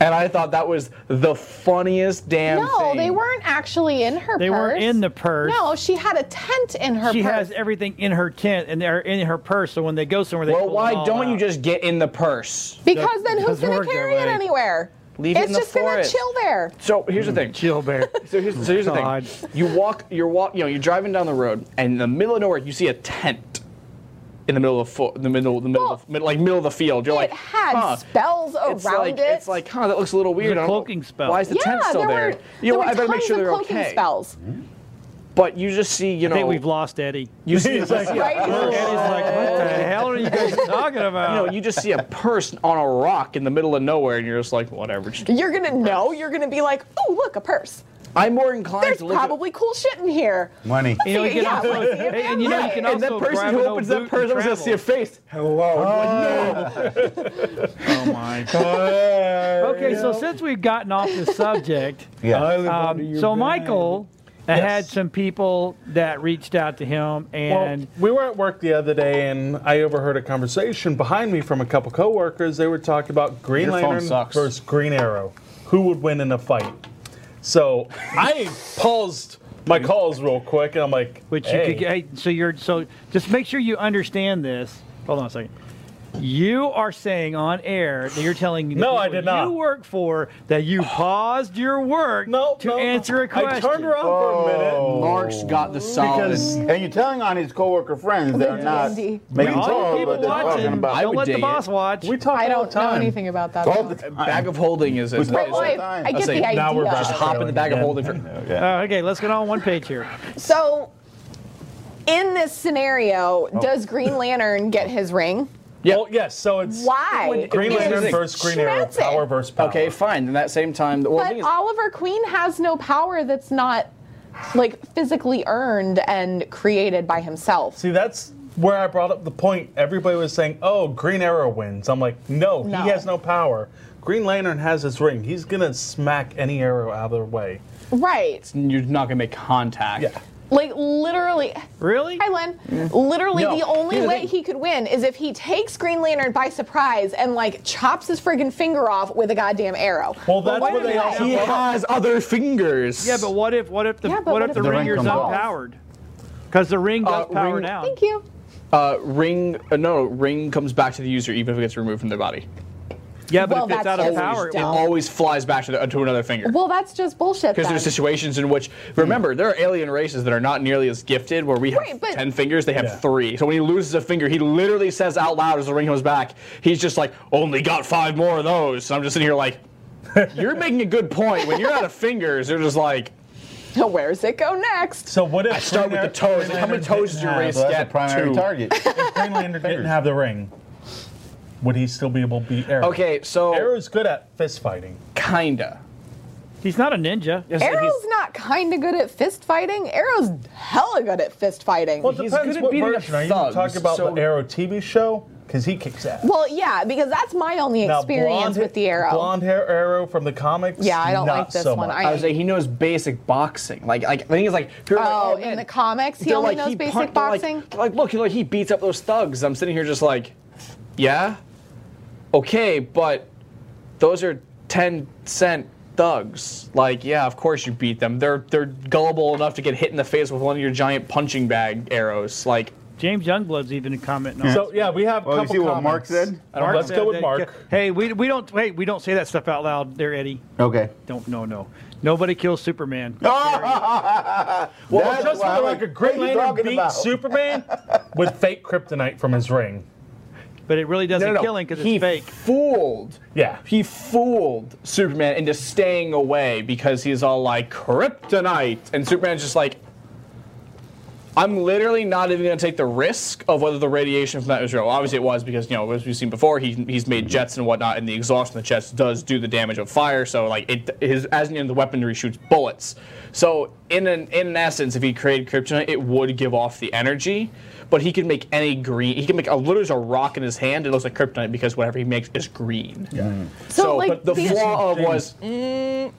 B: And I thought that was the funniest damn
D: No,
B: thing.
D: they weren't actually in her
A: They
D: purse.
A: weren't in the purse.
D: No, she had a tent in her
A: she
D: purse.
A: has everything in her tent and they're in her purse. So when they go somewhere, they
B: Well,
A: pull
B: why
A: it all
B: don't you
A: out.
B: just get in the purse?
D: because then who's
A: Doesn't
D: going
A: work that
D: to carry it
A: way.
D: anywhere?
B: Leave it
D: it's
B: in the
D: just
B: forest.
D: to chill there.
B: So here's the thing.
A: Kill bear.
B: So here's, so here's the
A: God.
B: thing. You walk, you're walk, you know, you're driving down the road, and in the middle of nowhere, you see a tent in the middle of fo- the middle, the middle, of,
D: Well,
B: mid, like middle of the field. You're
D: it
B: like,
D: had
B: huh.
D: spells around
B: It's like,
D: it.
B: it's like, huh, that looks a little weird.
A: a
B: I don't know-
A: cloaking spell.
B: Why is the
D: yeah,
B: tent still
D: there,
B: there?
D: were
B: you
D: there
B: know, what,
D: were
B: I better make
D: tons
B: sure
D: of
B: they're
D: cloaking
B: okay.
D: spells.
B: But you just see, you
A: I
B: know,
A: think we've lost Eddie.
B: you see,
C: He's like,
D: Right?
A: Eddie's like, what the hell are you guys talking about?
B: you know, you just see a person on a rock in the middle of nowhere, and you're just like, whatever. just-
D: You're gonna know. You're gonna be like, oh, look, a purse.
B: I'm more inclined
D: There's
B: to look at-
D: probably cool shit in here.
E: Money.
A: You know, you can
D: Yeah,
A: also,
D: I wanna see it
A: and, and you know, you can
D: that
A: also
B: and that person
A: grab
B: who
A: an old
B: opens that
A: boot and
B: purse, I'm gonna see a
A: travel.
B: face.
A: Oh my god. Okay, so since we've gotten off the subject,
E: Yeah.
A: um, so Michael had some people that reached out to him, and
C: Well, we were at work the other day, and I overheard a conversation behind me from a couple coworkers. They were talking about Green
E: Your phone
C: Lantern
E: sucks.
C: versus Green Arrow. Who would win in a fight? So I paused my calls real quick, and I'm like,
A: which
C: hey.
A: you could get. Hey, so you're so just make sure you understand this. Hold on a second. You are saying on air that you're telling the
C: No, I
A: people
C: did not.
A: You work for that you paused your work
C: No,
A: to
C: no, no.
A: answer a question.
C: I turned around for a minute.
B: Mark's got the solid.
C: Because
E: And you're telling on his coworker friends they're not
D: Andy.
E: making
A: All
E: calls,
A: you
E: but
A: people
E: they're talking
A: watching,
E: about
B: I
A: don't
B: would
A: let the
B: dig
A: boss
B: it.
A: watch.
C: we talk
D: I
C: all
D: don't
C: the time.
D: know anything about that.
E: all
D: though.
E: the time.
B: bag of holding is is-
E: Right,
B: is-
D: Well, I, I get
B: I'll say,
D: the idea.
C: now we're back.
B: Just hop in the bag of holding for.
A: Uh, okay, let's get on one page here.
D: So, in this scenario, does Green Lantern get his ring?
C: Well, yes. So it's
D: Why?
C: Green
D: is
C: Lantern versus Green Arrow,
D: Schmatzig?
C: power versus power.
B: Okay, fine. Then that same time, well, the
D: But
B: thing is,
D: Oliver Queen has no power that's not like physically earned and created by himself.
C: See, that's where I brought up the point. Everybody was saying, "Oh, Green Arrow wins." I'm like, "No,
D: No.
C: he has no power. Green Lantern has his ring. He's gonna smack any arrow out of their way."
D: Right.
B: you're not gonna make contact.
C: Yeah.
D: Like literally
A: Really?
D: Hi Len. Literally
B: Mm. No,
D: the only
B: here's the
D: way
B: thing.
D: he could win is if he takes Green Lantern by surprise and like chops his friggin' finger off with a goddamn arrow.
C: Well, that's
A: wait
C: what
A: a
C: they
A: minute.
C: also.
B: He
C: brought up.
B: has other fingers.
A: Yeah, but what if what if the
D: Yeah, but
A: what,
D: what
A: if,
D: if
A: the
D: the
E: ring
A: ringer's
E: comes off?
A: unpowered? Because the ring does
B: Uh,
A: power
B: ring-
A: down.
D: Thank you.
B: uh, ring. Uh, no, ring comes back to the user even if it gets removed from their body.
A: Yeah, but
D: Well,
A: if it's out
D: that's
A: of
D: just
A: power, it
B: It
D: dumb.
A: won't-
B: always flies back to, the, to another finger.
D: Well, that's just bullshit.
B: Because there's
D: then.
B: situations in which, remember, there are alien races that are not nearly as gifted, where we have
D: Right, but-
B: ten fingers, they have
C: Yeah.
B: three. So when he loses a finger, he literally says out loud as the ring comes back, he's just like, "Only got five more of those." So I'm just sitting here like, "You're making a good point." When you're out of fingers, you're just like,
D: So where's it go next?
C: So what if I
B: start with the toes. Like, how many toes does your wrist
E: So that's
B: get?
E: a primary
B: Two.
E: target.
C: If Green Lantern didn't have the ring, would he still be able to beat Arrow?
B: Okay, so
C: Arrow's good at fist fighting.
B: kinda.
A: he's not a ninja.
D: Arrow's not kind of good at fist fighting. Arrow's hella good at fist fighting.
C: Well, it
D: Well,
B: He's
C: depends
B: good at
C: what
B: beating up
C: version. Are you
B: thugs,
C: talking about
B: so-
C: the Arrow TV show? Because he kicks ass.
D: yeah, because that's my only
C: Now,
D: experience
C: blonde-
D: with the arrow.
C: Blonde hair arrow from the comics.
D: Yeah, I don't
C: not
D: like this
C: so
D: one.
C: much.
D: I-
B: I was like, he knows basic boxing. Like, like I think it's like. people are like,
D: Oh,
B: man."
D: in the comics, he
B: They're
D: only
B: like,
D: knows basic
B: punched- they're like-
D: boxing.
B: they're Like, look, look, he beats up those thugs. I'm sitting here just like, yeah, okay, but those are 10 cent thugs. Like, yeah, of course you beat them. They're they're gullible enough to get hit in the face with one of your giant punching bag arrows. Like,
A: James Youngblood's even commenting on
C: So yeah, we have. a
E: Well, you
C: couple
E: see what Mark
C: comments.
E: said?
A: Mark
C: Let's
A: said
C: go with
A: that-
C: Mark.
A: Hey, we, we don't hey we don't say that stuff out loud there, Eddie.
E: Okay.
A: Don't no no. Nobody kills Superman.
C: Well,
E: That's
C: just
E: what I was
C: for like a Green
E: really
C: Lantern
E: talking
C: beat
E: about.
C: Superman with fake kryptonite from his ring.
A: But it really doesn't
B: no, no, no.
A: kill him because
B: He
A: it's fake.
B: fooled.
C: Yeah.
B: He fooled Superman into staying away because he's all like kryptonite, and Superman's just like, I'm literally not even going to take the risk of whether the radiation from that was real. Obviously, it was because you know as we've seen before, he, he's made jets and whatnot, and the exhaust from the jets does do the damage of fire. So like it, his as in the weaponry shoots bullets. So in an in an essence, if he created kryptonite, it would give off the energy. But he can make any green. He can make a literally just a rock in his hand. It looks like kryptonite because whatever he makes is green.
D: So,
B: So,
D: like
B: but the
D: the-
B: flaw of was, mm,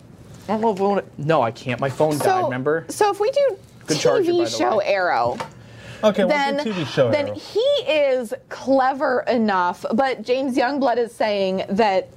B: I don't know if I wanna- no, I can't. My phone died. Remember?
D: So if we do
B: Good
D: TV
B: charger, by the
D: show
B: way.
D: Arrow,
C: Okay,
D: then,
C: what's your TV show?
D: then
C: Arrow?
D: he is clever enough. But James Youngblood is saying that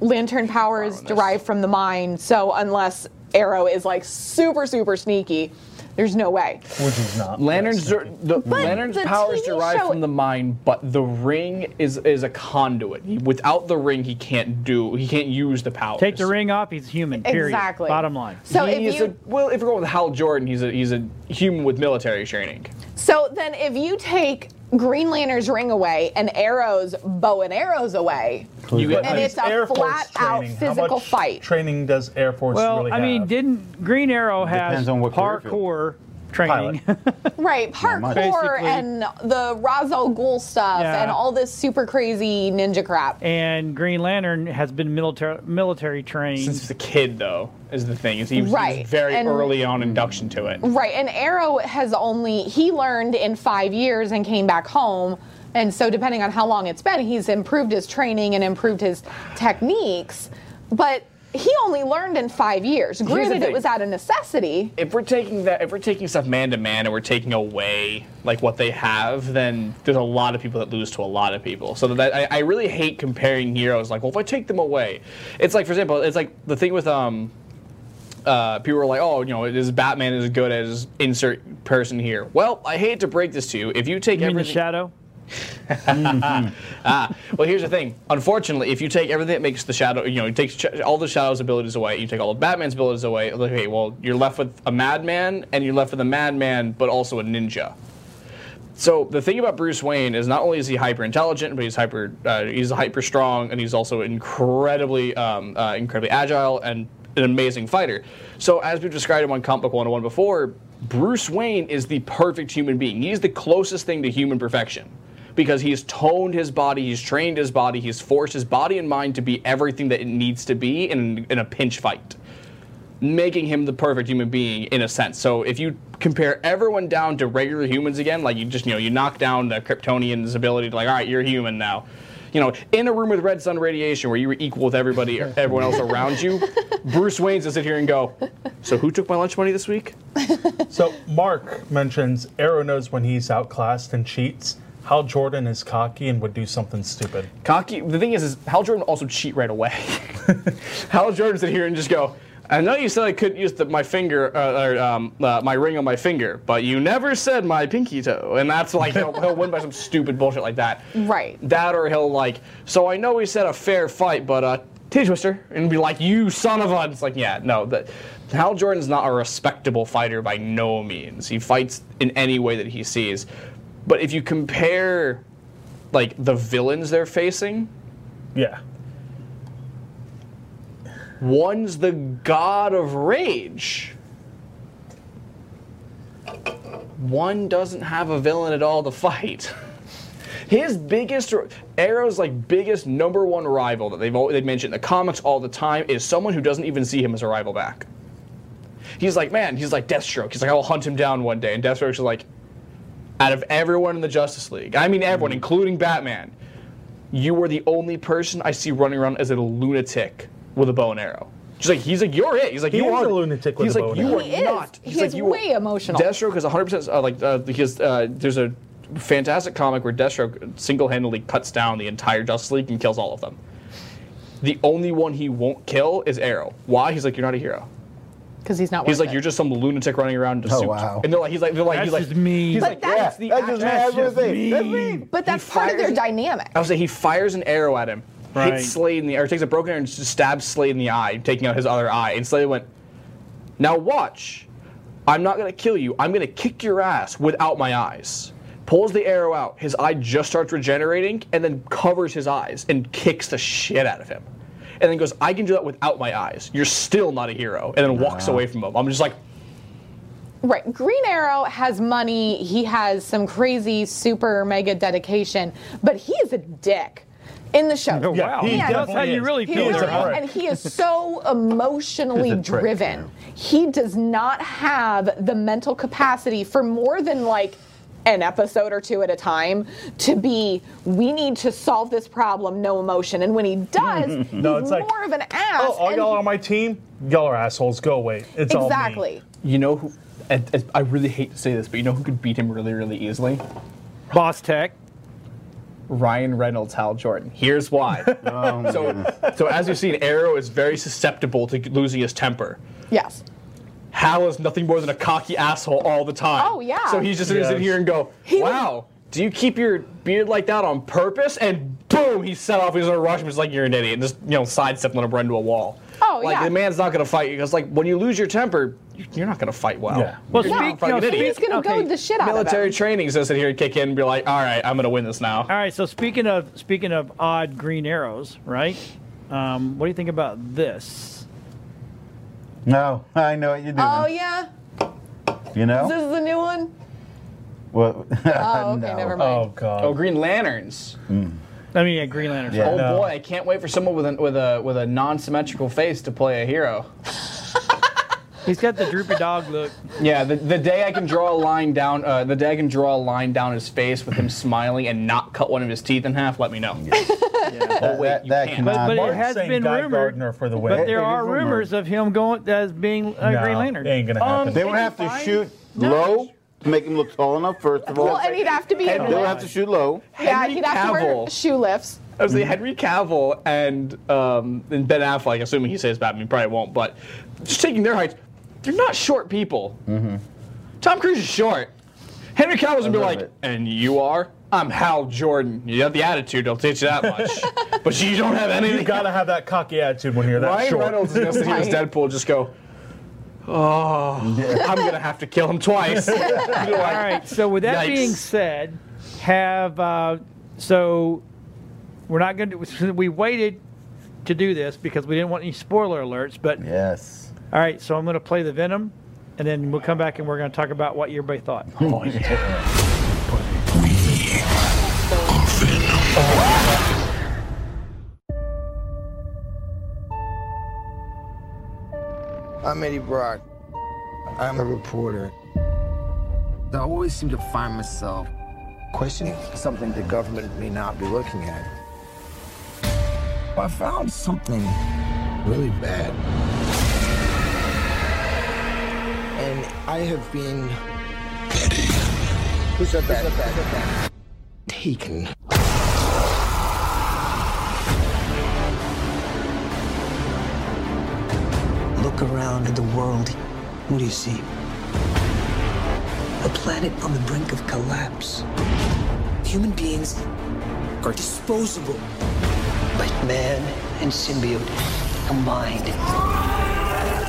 D: lantern power is
B: Borrowing this.
D: derived from the mind. So unless Arrow is like super super sneaky, there's no way.
C: Which is not.
B: Lanterns, der- the Lantern's
D: the
B: power is
D: TV
B: derived
D: show-
B: from the mind, but the ring is is a conduit. He- without the ring, he can't do. He can't use the power.
A: Take the ring off, he's human. Period.
D: Exactly.
A: Bottom line.
D: So
B: he
D: if
B: is
D: you
B: a, well, if we're going with Hal Jordan, he's a he's a human with military training.
D: So then, if you take Green Lantern's ring away and Arrow's bow and arrows away,
B: You get,
D: And it's a flat-out
C: How
D: physical
C: much
D: fight.
C: Training does Air Force
A: Well,
C: really
A: I mean,
C: have?
A: didn't Green Arrow has
E: Depends on what career
A: parkour training?
D: right,
E: much.
D: parkour
A: Basically.
D: and the Ra's al Ghul stuff
A: Yeah.
D: and all this super crazy ninja crap.
A: and Green Lantern has been military military trained.
B: since he's a kid though is the thing. Is he was, he was
D: Right,
B: very
D: and-
B: early on induction to it.
D: Right, and Arrow has only he learned in five years and came back home. And so, depending on how long it's been, he's improved his training and improved his techniques. But he only learned in five years.
B: the
D: Granted, it
B: thing.
D: was out of necessity.
B: if we're taking that if we're taking stuff man to man and we're taking away like what they have then there's a lot of people that lose to a lot of people so that I, I really hate comparing heroes like well if i take them away it's like for example it's like the thing with um uh, people were like, "Oh, you know, is Batman as good as insert person here?" Well, I hate to break this to you. If you take
A: you mean the
B: everything,
A: Shadow?
B: Ah. well, here's the thing. Unfortunately, if you take everything that makes the shadow, you know, you take sh- all the shadow's abilities away, you take all of Batman's abilities away. like, Okay, well, you're left with a madman, and you're left with a madman, but also a ninja. So the thing about Bruce Wayne is not only is he hyper intelligent, but he's hyper uh, he's hyper strong, and he's also incredibly um, uh, incredibly agile and an amazing fighter. So as we've described him on Comic Book 101 before, Bruce Wayne is the perfect human being. He's the closest thing to human perfection because he's toned his body, he's trained his body, he's forced his body and mind to be everything that it needs to be in, in a pinch fight making him the perfect human being in a sense. So if you compare everyone down to regular humans again, like you just you know you knock down the Kryptonian's ability to like all right you're human now. You know, in a room with red sun radiation where you were equal with everybody, everyone else around you, Bruce Wayne's to sit here and go, so who took my lunch money this week?
C: So Mark mentions Arrow knows when he's outclassed and cheats. How Jordan is cocky and would do something stupid.
B: Cocky. The thing is, is Hal Jordan also cheat right away. Hal Jordan sit here and just go. I know you said I couldn't use the, my finger uh, or um, uh, my ring on my finger, but you never said my pinky toe, and that's like he'll, he'll win by some stupid bullshit like that.
D: Right.
B: That or he'll like. So I know we said a fair fight, but uh, titty twister, and be like, you son of a. It's like, yeah, no. That Hal Jordan's not a respectable fighter by no means. He fights in any way that he sees, but if you compare like the villains they're facing.
C: Yeah.
B: One's the god of rage. One doesn't have a villain at all to fight. His biggest, Arrow's like biggest number one rival that they've al- they mentioned in the comics all the time is someone who doesn't even see him as a rival back. He's like, man, he's like Deathstroke. He's like, I'll hunt him down one day. And Deathstroke's like, out of everyone in the Justice League, I mean
C: Mm-hmm.
B: everyone, including Batman, you were the only person I see running around as a lunatic with a bow and arrow. Just like he's like you're it. He's like
C: He
B: you
C: is
B: are
C: a lunatic with
B: he's
C: a
B: like
C: bow and
B: you
C: arrow.
B: are
D: He is.
B: not.
D: He
B: he's like
D: is
B: you are-
D: way emotional.
B: Deathstroke is 100 percent like uh, he has, uh, there's a fantastic comic where Deathstroke single-handedly cuts down the entire Justice League and kills all of them. The only one he won't kill is Arrow. Why? He's like, you're not a hero.
D: because he's not.
B: He's
D: worth
B: like,
D: it.
B: you're just some lunatic running around in a
F: Oh,
B: suit.
F: wow.
B: And they're like, he's like, they're like,
A: That's
B: he's like,
A: just mean.
B: He's
A: But
B: like,
E: Yeah,
B: that's the.
E: that's just, that's
A: That's
E: what I say. That's
A: just mean.
E: mean.
D: But that's part of their
B: fires-
D: dynamic.
B: I would say he fires an arrow at him,
A: Right.
B: hits Slade in the, or takes a broken arrow and just stabs Slade in the eye, taking out his other eye. And Slade went, "Now watch, I'm not gonna kill you. I'm gonna kick your ass without my eyes." Pulls the arrow out. His eye just starts regenerating, and then covers his eyes and kicks the shit out of him. And then goes, "I can do that without my eyes. You're still not a hero." And then walks away from him. I'm just like,
D: Right. Green Arrow has money. He has some crazy super mega dedication, but he is a dick in the show.
A: Oh, wow.
C: he
A: That's how
C: definitely
A: you
C: is.
A: really
D: He
A: feel.
C: is
D: really-
C: a prick.
D: and he is so emotionally
E: He's a prick,
D: driven. He does not have the mental capacity for more than like an episode or two at a time to be we need to solve this problem no emotion and when he does
C: No,
D: he's
C: it's like,
D: more of an ass
C: Oh, all
D: and
C: y'all
D: he-
C: on my team? Y'all are assholes. Go away. It's all me.
D: exactly
B: you know who? and- and I really hate to say this, but you know who could beat him really, really easily?
A: Boss Tech.
B: Ryan Reynolds, Hal Jordan. Here's why.
C: Oh,
B: so, so as you've seen, Arrow is very susceptible to losing his temper.
D: yes
B: Hal is nothing more than a cocky asshole all the time.
D: Oh, yeah.
B: So he's just gonna sit
C: Yes.
B: here and go,
D: He was-
B: "Wow, do you keep your beard like that on purpose?" And boom, he's set off. He's gonna rush him. He's like, "You're an idiot," and just you know, sidestep and let him run into a wall.
D: Oh,
B: like,
D: yeah.
B: the man's not gonna fight you because like when you lose your temper, you're not gonna fight well.
C: Yeah.
A: Well,
B: You're
A: speak-
B: not a fucking
A: no,
B: idiot.
A: speak-
D: he's gonna
A: Okay.
D: goad the shit out of
B: Military
D: him.
B: training, so sit here and kick in and be like, "All right, I'm gonna win this now."
A: All right. So speaking of speaking of odd green arrows, right? Um, what do you think about this?
F: No, I know what you're doing.
D: Oh yeah, this
F: You know?
D: is the new one.
F: Well,
D: Oh, okay,
F: Uh, no.
D: never
C: Oh,
D: mind.
C: God.
B: Oh, Green Lanterns.
A: I mean, yeah, Green Lantern.
F: Yeah.
B: Oh
C: No.
B: boy, I can't wait for someone with a with a with a non-symmetrical face to play a hero.
A: He's got the droopy dog look.
B: Yeah, the, the day I can draw a line down, uh, the day I can draw a line down his face with him smiling and not cut one of his teeth in half, let me know.
A: Yeah.
B: Oh wait,
F: That-
B: you
F: that
B: can't.
F: cannot-
A: But, but it
C: Mark's
A: has
C: saying
A: been
C: Guy
A: rumored.
C: Gardner for the win.
A: But there
F: It- it
A: are
F: is rumored.
A: rumors of him going as being a
C: Nah,
A: Green Lantern.
C: Ain't gonna happen.
F: They
E: They
F: would
E: would have to
A: fine.
E: shoot low to make him look tall enough, first of all.
D: Well, and he'd have to be in.
E: They would
D: lit-
E: have to shoot low.
D: Yeah,
B: Henry
D: he'd have to wear
B: Cavill.
D: shoe lifts.
B: I was like Henry Cavill and um, and Ben Affleck, assuming he says Batman, he probably won't. But just taking their heights, they're not short people. Tom Cruise is short. Henry Cavill's gonna be
F: love
B: like,
F: it.
B: and you are. I'm Hal Jordan. You have the attitude, I'll teach you that much. but you don't have anything.
C: You gotta have that cocky attitude when you're that
B: Ryan
C: short.
B: Reynolds is going to sit here as Deadpool and just go, oh, I'm going to have to kill him twice.
A: All right. So with that
B: Yikes.
A: being said, have uh, so we're not going to. We waited to do this because we didn't want any spoiler alerts. But
F: Yes.
A: all right. So I'm going to play the Venom, and then we'll come back and we're going to talk about what your everybody thought.
G: I'm Eddie Brock. I'm a reporter. I always seem to find myself questioning something the government may not be looking at. I found something really bad. And I have been. Who said that? Taken. Look around at the world. What do you see? A planet on the brink of collapse. Human beings are disposable. But man and symbiote combined.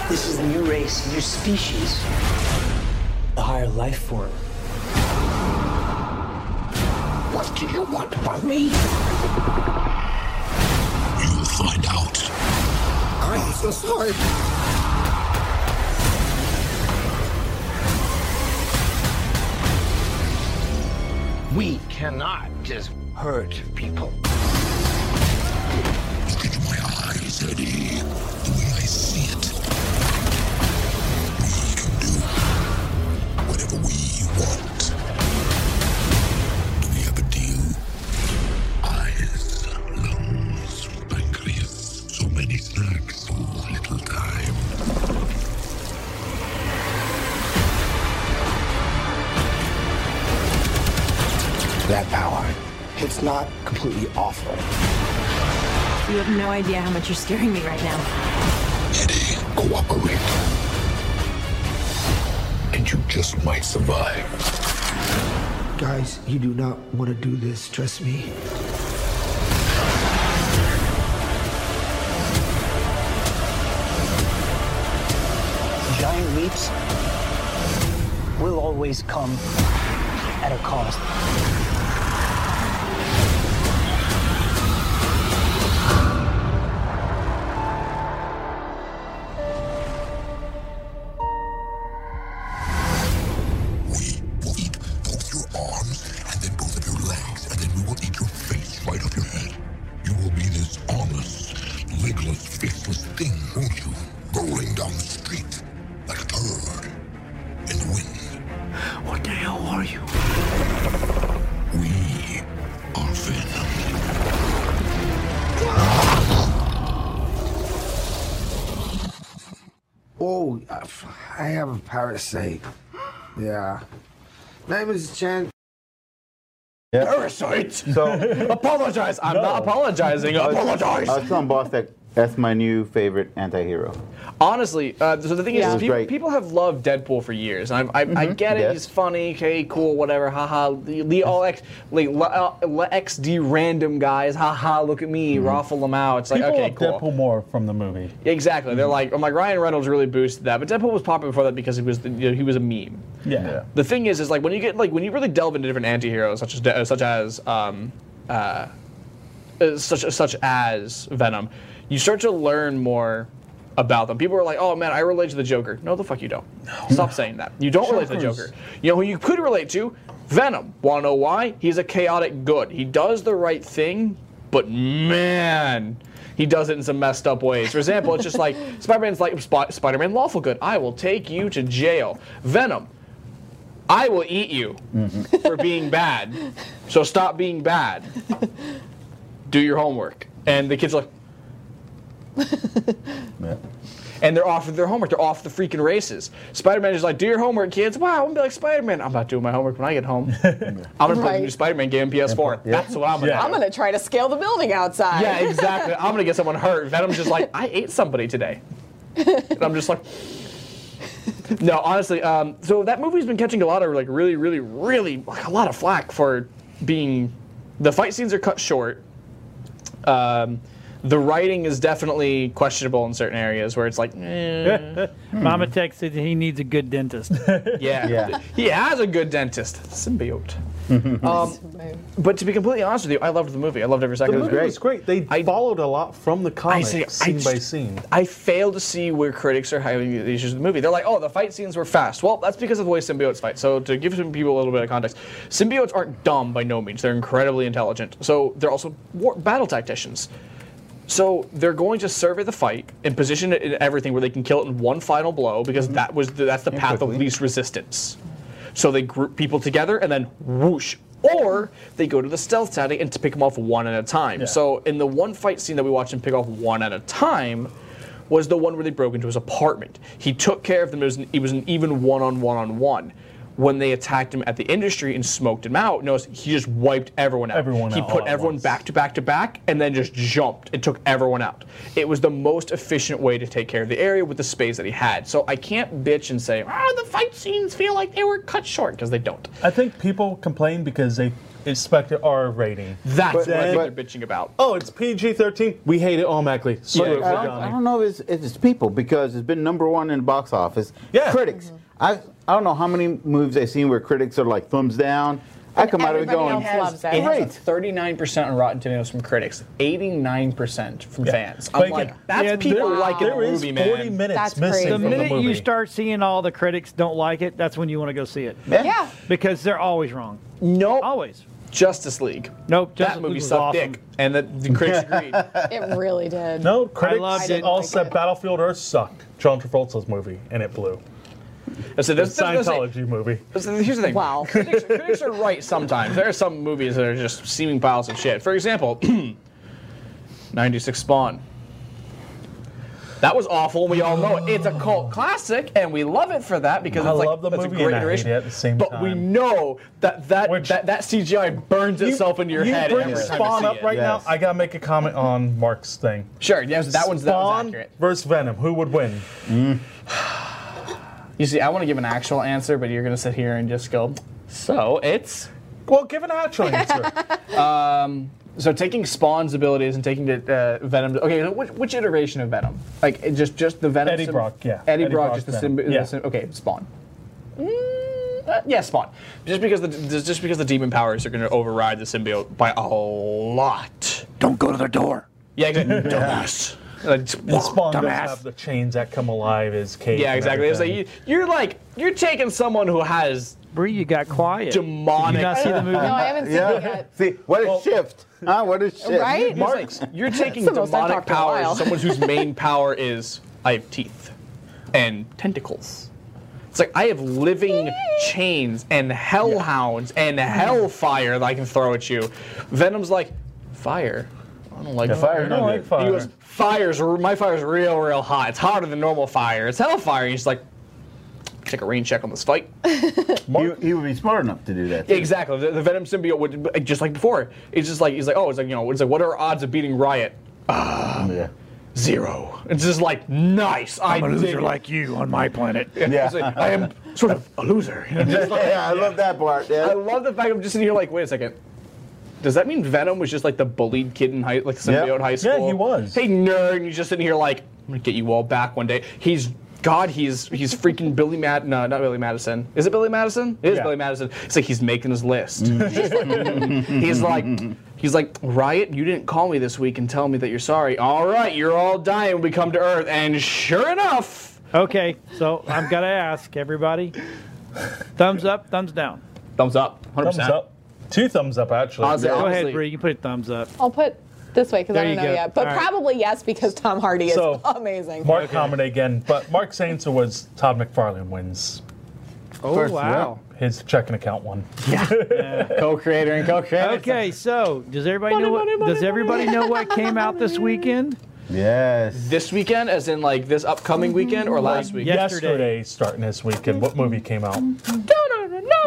G: This is a new race, a new species. A higher life form. What do you want from me?
H: You'll find out.
G: I'm so sorry. We cannot just hurt people.
H: Look into my eyes, Eddie. The way I see it. We can do whatever we want. Do we have a deal? Eyes, lungs, pancreas, so many snacks, so little time.
G: that power. It's not completely awful.
I: You have no idea how much you're scaring me right now.
H: Eddie, cooperate. And you just might survive.
G: Guys, you do not want to do this, trust me. Giant leaps will always come at a cost.
H: We will eat both your arms and then both of your legs, and then we will eat your face right off your head. You will be this armless, legless, faceless thing, won't you? Rolling down the street like a turd in the wind.
G: What the hell are you?
H: We are Venom.
G: Oh, I have a parasite. Yeah. Name is Chen.
B: Parasite.
F: So
B: Apologize. I'm not apologizing. Apologize.
C: Uh,
F: I was telling boss that that's my new favorite anti-hero.
B: Honestly, uh, so the thing
D: Yeah. It
B: is,
D: was
B: people,
F: great.
B: people have loved Deadpool for years. And I, I, I
C: Mm-hmm.
B: get it.
F: Yes.
B: He's funny. Okay, cool, whatever. Haha. Lee all X, like le- uh, le- XD random guys. Haha. Look at me, Rafa Lamau. It's like
C: Mm-hmm. People
B: okay,
C: love
B: cool.
C: Deadpool Mm-hmm. more from the movie.
B: Exactly. They're like, I'm like Ryan Reynolds really boosted that, but Deadpool was popular before that because he was the, you know, he was a meme.
C: Yeah.
B: The thing is, is like when you get like when you really delve into different antiheroes, such as uh, such as um, uh, uh, such such as Venom, you start to learn more about them. People are like, "Oh man, I relate to the Joker." No, the fuck you don't. Stop saying that. You don't relate to the Joker. You know who you could relate to? Venom. Want to know why? He's a chaotic good. He does the right thing, but man. He does it in some messed up ways. For example, it's just like Spider-Man's like Sp- Spider-Man lawful good. I will take you to jail. Venom, I will eat you for being bad. So stop being bad. Do your homework. And the kids are like,
F: Yeah.
B: and they're off of their homework. They're off the freaking races. Spider Man is like, do your homework, kids. Wow, I'm gonna be like Spider Man. I'm not doing my homework when I get home. I'm gonna play the new
D: Right.
B: Spider Man game on PS4. That's what I'm gonna
C: Yeah.
B: do.
D: I'm gonna try to scale the building outside.
B: Yeah, exactly. I'm gonna get someone hurt. Venom's just like, I ate somebody today, and I'm just like, no, honestly. Um, so that movie's been catching a lot of like really, really, really like a lot of flack for being. The fight scenes are cut short. Um, the writing is definitely questionable in certain areas where it's like, eh,
A: Mama texted he needs a good dentist.
B: yeah,
F: Yeah.
B: he has a good dentist, symbiote. um, but to be completely honest with you, I loved the movie. I loved every second.
C: The
B: of it.
C: movie was great. They
B: I-
C: followed a lot from the comics,
B: see- I
C: scene by
B: just-
C: scene.
B: I fail to see where critics are having the issues with the movie. They're like, oh, the fight scenes were fast. Well, that's because of the way symbiotes fight. So, to give some people a little bit of context, symbiotes aren't dumb by no means. They're incredibly intelligent. So, they're also war- battle tacticians. So, they're going to survey the fight and position it in everything where they can kill it in one final blow because that was the, that's the path of least resistance. So, they group people together and then whoosh. Or they go to the stealth tactic and to pick them off one at a time. So, in the one fight scene that we watched him pick off one at a time, was the one where they broke into his apartment. He took care of them. It was an, it was an even one on one on one. When they attacked him at the industry and smoked him out, notice he just wiped everyone out.
C: Everyone
B: he
C: out all
B: put
C: at
B: everyone
C: once.
B: back to back to back and then just jumped and took everyone out. It was the most efficient way to take care of the area with the space that he had. So I can't bitch and say, ah, the fight scenes feel like they were cut short because they don't.
C: I think people complain because they expect an R rating.
B: That's what I
C: then-
B: think they're bitching about.
C: Oh, it's PG thirteen. We hate it automatically. So
B: Yeah,
C: yeah,
F: I don't, I don't know if it's, if it's people because it's been number one in the box office.
C: Yeah.
F: Critics.
D: Mm-hmm.
F: I I don't know how many movies I've seen where critics are like thumbs down. I come out of it
D: everybody
F: going,
D: else loves it.
B: It
F: great.
B: has a 39% on Rotten Tomatoes from critics, 89% from fans. I'm
C: But
B: like,
C: again,
B: that's
A: yeah,
B: people
A: there-
B: liking the
C: There is
B: movie,
C: forty
B: man.
C: minutes
D: That's
C: missing
D: crazy.
C: from
A: the minute
C: the movie.
A: you start seeing all the critics don't like it, that's when you want to go see it.
D: Yeah.
A: Because they're always wrong.
B: No,
C: Oh.
A: Always.
B: Justice League.
A: Nope,
B: that
A: Justice
B: movie
A: League was
B: sucked
A: awesome.
B: dick, and the, the critics agreed.
D: It really did.
C: no,
A: loved
C: critics
A: it.
C: all
D: I
C: said
D: did.
C: Battlefield Earth sucked. John Travolta's movie, and it blew.
B: And so there's, there's,
C: Scientology movie.
B: there's, there's, here's the thing.
D: Wow.
B: critics, critics are right sometimes. There are some movies that are just seeming piles of shit. For example, 96 Spawn. That was awful. We all know it. It's a cult classic, and we love it for that because
C: I
B: it's like
C: love the
B: that's
C: movie
B: a great
C: and I hate
B: iteration.
C: it at the same
B: but
C: time.
B: we know that that,
C: Which-
B: that that CGI burns itself into your
C: you
B: head
C: bring
B: every time you
C: Spawn
B: see
C: up
B: it.
C: right
F: Yes.
C: now. I gotta make a comment on Mark's thing.
B: Sure, yes, that one's that one's
C: Spawn
B: accurate.
C: versus Venom. Who would win?
B: You see, I want to give an actual answer, but you're gonna sit here and just go. So it's
C: Well, give an actual answer.
B: So taking Spawn's abilities and taking the uh, Venom. Okay, so which, which iteration of Venom? Like it just just the Venom.
C: Eddie Brock, yeah.
B: Eddie,
C: Eddie
B: Brock,
C: Brock
B: just the
C: Venom,
B: symbiote.
C: yeah.
B: okay, Spawn. Mm, uh, yeah, Spawn. Just because the just because the demon powers are going to override the symbiote by a lot.
G: Don't go to the door.
B: Yeah, exactly. Dumbass. Like,
C: And Spawn does
G: Dumbass.
C: have the chains that come alive. His cage.
B: yeah,
C: and
B: exactly. It's like
C: everything.
B: you, you're like you're taking someone who has
A: Bree, you got quiet.
B: demonic.
A: Did you not see the movie?
D: No, I haven't seen it
F: Yeah.
D: yet.
F: See, what a shift. Huh? What a shift.
D: Right?
B: Mark's, you're taking
D: It's the most I've
B: demonic
D: talked in a
B: powers,
D: while.
B: someone whose main power is I have teeth and tentacles. It's like I have living chains and hellhounds and hellfire that I can throw at you. Venom's like, fire. I don't like fire.
C: I don't like fire.
B: He goes, fire's r- my fire's real, real hot. It's hotter than normal fire. It's hellfire. He's like, take a rain check on this fight.
F: He, he would be smart enough to do that.
B: Yeah, exactly. The, the Venom symbiote would just like before. It's just like he's like, oh, it's like you know, it's like what are our odds of beating Riot?
F: Yeah.
B: zero. It's just like nice. I'm
A: a loser like you on my planet.
F: Yeah.
B: I am sort of a loser. You know, just like-
F: yeah, I love that part. Yeah.
B: I love the fact I'm just sitting here like, wait a second. Does that mean Venom was just like the bullied kid in high, like symbiote in high school?
C: Yeah, he was.
B: Hey nerd, and he's just sitting here like, I'm gonna get you all back one day. He's God, he's he's freaking Billy Mad. No, not Billy Madison. Is it Billy Madison? It is
C: Yeah.
B: Billy Madison. It's like he's making his list.
C: Mm.
B: He's like, he's like, Riot, you didn't call me this week and tell me that you're sorry. All right, you're all dying. when We come to Earth, and sure enough,
A: Okay, so I'm gonna ask everybody: thumbs up, thumbs down.
B: thumbs up, hundred
C: thumbs up. Two thumbs up actually.
B: I'll say-
A: Go
B: Honestly-
A: ahead, Bree. You can put a thumbs up.
D: I'll put this way because I
A: There
D: don't
A: you
D: know
A: go.
D: yet, but
A: All right.
D: probably yes because Tom Hardy is
C: So,
D: amazing.
C: Mark commented again, but Mark's answer was Todd McFarlane wins.
A: Oh
F: First,
A: wow.
C: His checking account one.
B: co-creator and co-creator.
A: Okay, so does everybody know what does everybody know what came out this weekend?
F: Yes.
B: This weekend, as in like this upcoming weekend or last week?
A: Yesterday.
C: Yesterday. starting this weekend, what movie came out?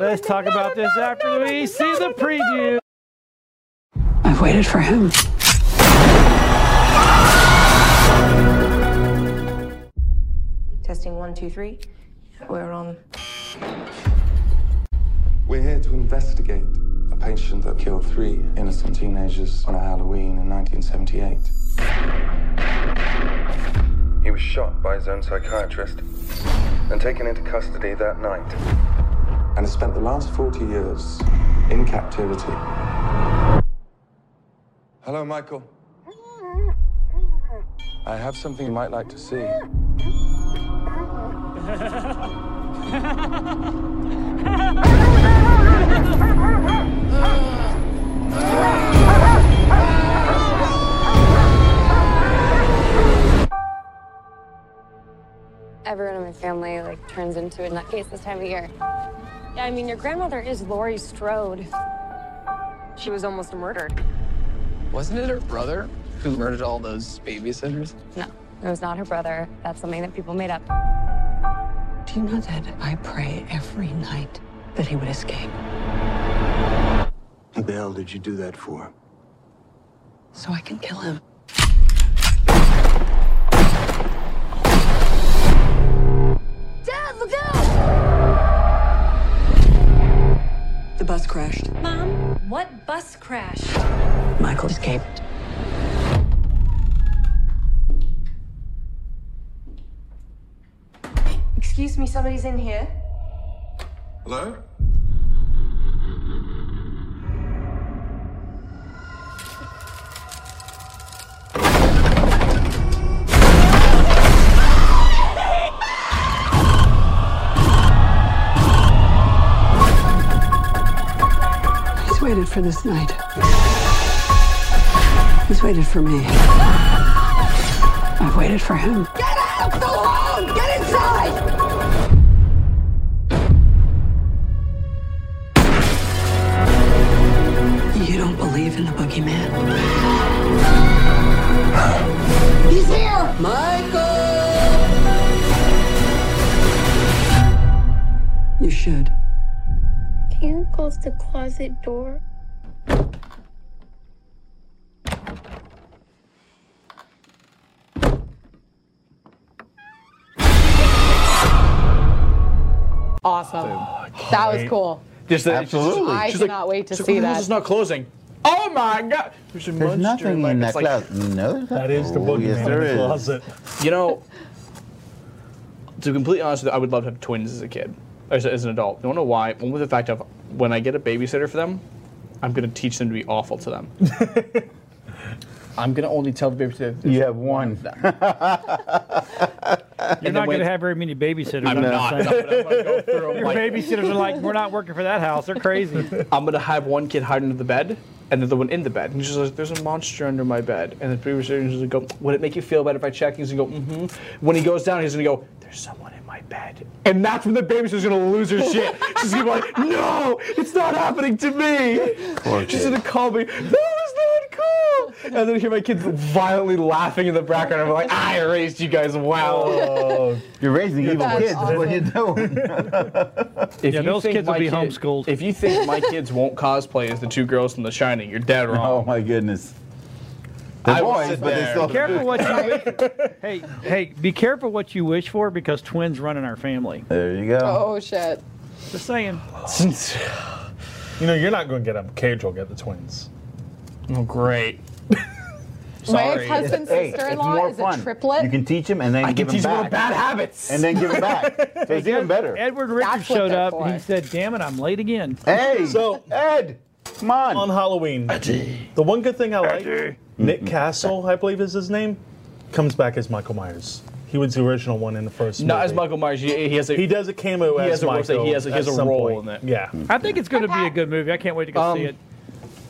A: Let's talk about this after we see the preview.
I: I've waited for him.
J: Testing one, two, three. We're on.
K: We're here to investigate a patient that killed three innocent teenagers on a Halloween in 1978. He was shot by his own psychiatrist and taken into custody that night. And has spent the last 40 years in captivity. Hello, Michael. I have something you might like to see.
J: Everyone in my family like turns into a nutcase this time of year. Yeah, I mean, your grandmother is Laurie Strode. She was almost murdered.
G: Wasn't it her brother who murdered all those babysitters?
J: No, it was not her brother. That's something that people made up.
I: Do you know that I pray every night that he would escape?
H: What the hell did you do that for?
I: so I can kill him.
J: Dad, look out!
I: The bus crashed.
J: Mom, what bus crash?
I: Michael escaped.
J: Excuse me, somebody's in here.
H: Hello?
I: He's waited for this night. He's waited for me. I've waited for him. Get out! So long! Get inside! You don't believe in the boogeyman? He's here! Michael! You should.
L: Can you close the closet door?
D: Awesome. that was
B: Great.
D: cool.
B: Just that,
D: Absolutely. I
B: she's like,
D: cannot wait to
B: "So
D: see
B: the
D: that."
B: house is not closing. Oh my god! There's, a monster in my-" It's like-
F: No,
C: that is the
B: Oh,
C: boogeyman
B: yes, there
C: in the
B: is.
C: closet.
B: You know, to be completely honest with you, I would love to have twins as a kid, as, as an adult. Don't know why. Only with the fact of when I get a babysitter for them, I'm going to teach them to be awful to them. I'm going to only tell the babysitter. You have one.
A: You're not going to have very many babysitters.
B: I'm
A: just
B: not.
A: saying.
B: I'm gonna- I'm gonna go through them
A: Your
B: like-
A: babysitters are like, we're not working for that house. They're crazy.
B: I'm gonna have one kid hide under the bed and the other one in the bed. And she's like, "There's a monster under my bed." And the previous surgeon's gonna go, "Would it make you feel better if I check?" He's gonna go, "Mm-hmm." When he goes down, he's gonna go, "There's someone in my bed." And that's when the babysitter's gonna lose her shit. she's gonna be like, "No, it's not happening to me."
H: Poor
B: she's
H: kid.
B: gonna call me. That was not cool. And then hear my kids violently laughing in the background. I'm like, "I raised you guys well."
F: You're raising evil
B: That's
F: kids. What are you doing?
B: If
A: Yeah,
B: you
A: those
B: think
A: kids will
B: my
A: be
B: kid-
A: homeschooled.
B: If you think my kids won't cosplay as the two girls from The Shining, you're dead wrong. Oh
F: my goodness.
B: I was
F: boys, but they still-
A: Be careful what you wish. hey, hey, be careful what you wish for because twins run in our family.
F: There you go.
D: Oh shit.
A: Just saying.
C: you know, you're not going to get them. Cage will get the twins.
B: Oh, great.
D: My ex-husband's
F: Hey, it's
D: sister-in-law
F: more
D: is
F: fun.
D: a triplet.
F: You can teach him and then
B: I
F: give
B: can teach
F: him
B: 'em
F: back.
B: all bad habits.
F: And then give him back. So it's even better.
A: Edward
F: That's
A: Richards
F: what
A: showed
F: they're
A: up
F: for.
A: and he said, "Damn it, I'm late again."
F: Hey,
C: So,
F: Ed, come on.
C: On Halloween, the one good thing I like, Nick Castle, I believe is his name, comes back as Michael Myers. He was the original one in the first
B: Not
C: movie.
B: as Michael Myers. He, he has a
C: He does a cameo
B: He
C: as
B: has a,
C: Michael.
B: he has a, he has
C: at
B: a
C: some
B: role
C: point.
B: in it.
C: Yeah.
A: I think it's going to be a good movie. I can't wait to go
B: Um,
A: see it.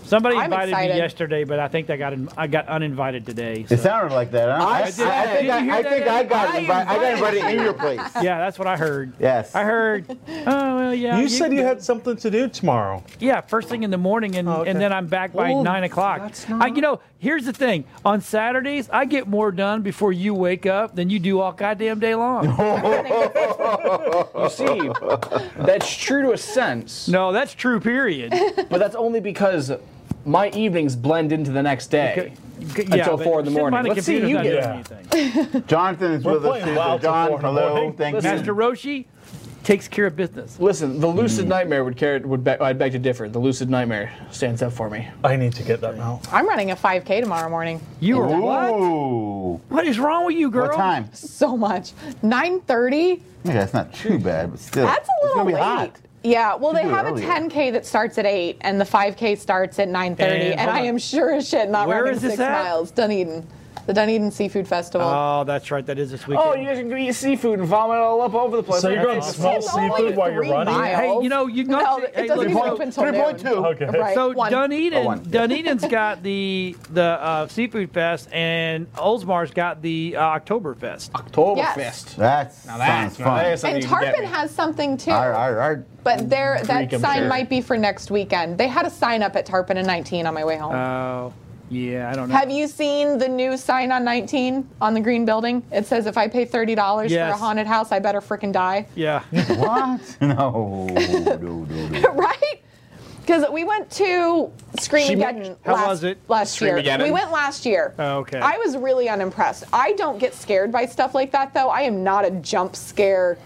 A: Somebody
D: I'm
A: invited
D: excited.
A: me yesterday, but I think I got in, I got uninvited today.
F: It sounded like that. huh?
A: I
F: I,
A: said-
F: I
A: Did
F: think,
A: you
F: I,
A: hear
F: I, think
A: that?
F: I got
A: I
F: invited. I got invited in your place.
A: Yeah, that's what I heard.
F: Yes.
A: I heard. Oh well, yeah.
C: you, said you had something to do tomorrow.
A: Yeah, first thing in the morning, and, and then I'm back by
C: Oh,
A: nine o'clock. I, you know, here's the thing: on Saturdays, I get more done before you wake up than you do all goddamn day long.
B: You see, that's true to a sense.
A: No, that's true. Period.
B: But that's only because my evenings blend into the next day until four in the morning. Let's see you get.
F: Jonathan is with us. too. So John, hello. Thank you.
A: Master Roshi takes care of business.
B: Listen, the lucid
F: Mm.
B: nightmare would care. Would be, I'd beg to differ. The lucid nightmare stands up for me.
C: I need to get that now.
D: I'm running a 5K tomorrow morning.
A: You are
F: Ooh.
A: What is wrong with you, girl?
F: What time?
D: So much. 9:30.
F: Yeah, that's not too bad, but still.
D: That's a
F: it's
D: little
F: gonna be
D: late.
F: hot.
D: Yeah, well,
F: You
D: they
F: do it
D: have a
F: earlier.
D: 10K that starts at 8, and the 5K starts at 9.30,
A: And
D: and,
A: hold
D: I
A: on.
D: am sure as shit not
A: Where
D: running
A: is this
D: six
A: at?
D: miles. Dunedin. The Dunedin Seafood Festival.
A: Oh, that's right. That is this weekend.
B: Oh, you guys are gonna eat seafood and vomit all up over the place.
C: So you're going
B: That's
C: small
B: awesome.
C: seafood while you're running?
A: Hey, you know, you can go
D: No,
A: see-
D: it
A: hey,
D: doesn't
A: look,
D: even
A: so-
D: open till noon. 3.2.
C: Okay.
D: Right,
A: So
D: one.
A: Dunedin,
D: Oh, one, yeah.
A: Dunedin's got the the uh, seafood fest, and Oldsmar's got the uh, Oktoberfest.
B: Oktoberfest.
D: Yes.
F: That's
B: Now that's
F: sounds
B: now
F: fun.
B: that's something
D: And
B: you can get
D: Tarpon
B: me.
D: has something too.
F: Arr, arr, arr.
D: But there, that
F: Creek, I'm
D: sign
F: sure.
D: might be for next weekend. They had a sign up at Tarpon in 19 on my way home.
A: Oh, yeah, I don't know.
D: Have you seen the new sign on 19 on the green building? It says, if I pay $30 for
A: Yes.
D: a haunted house, I better frickin' die.
A: Yeah.
F: what? No. no, no, no.
D: right? Because we went to Screaming
A: She-
D: Geddon
A: how
D: last,
A: was it?
D: last year.
A: Screamageddon?
D: We went last year.
A: Oh, okay.
D: I was really unimpressed. I don't get scared by stuff like that, though. I am not a jump scare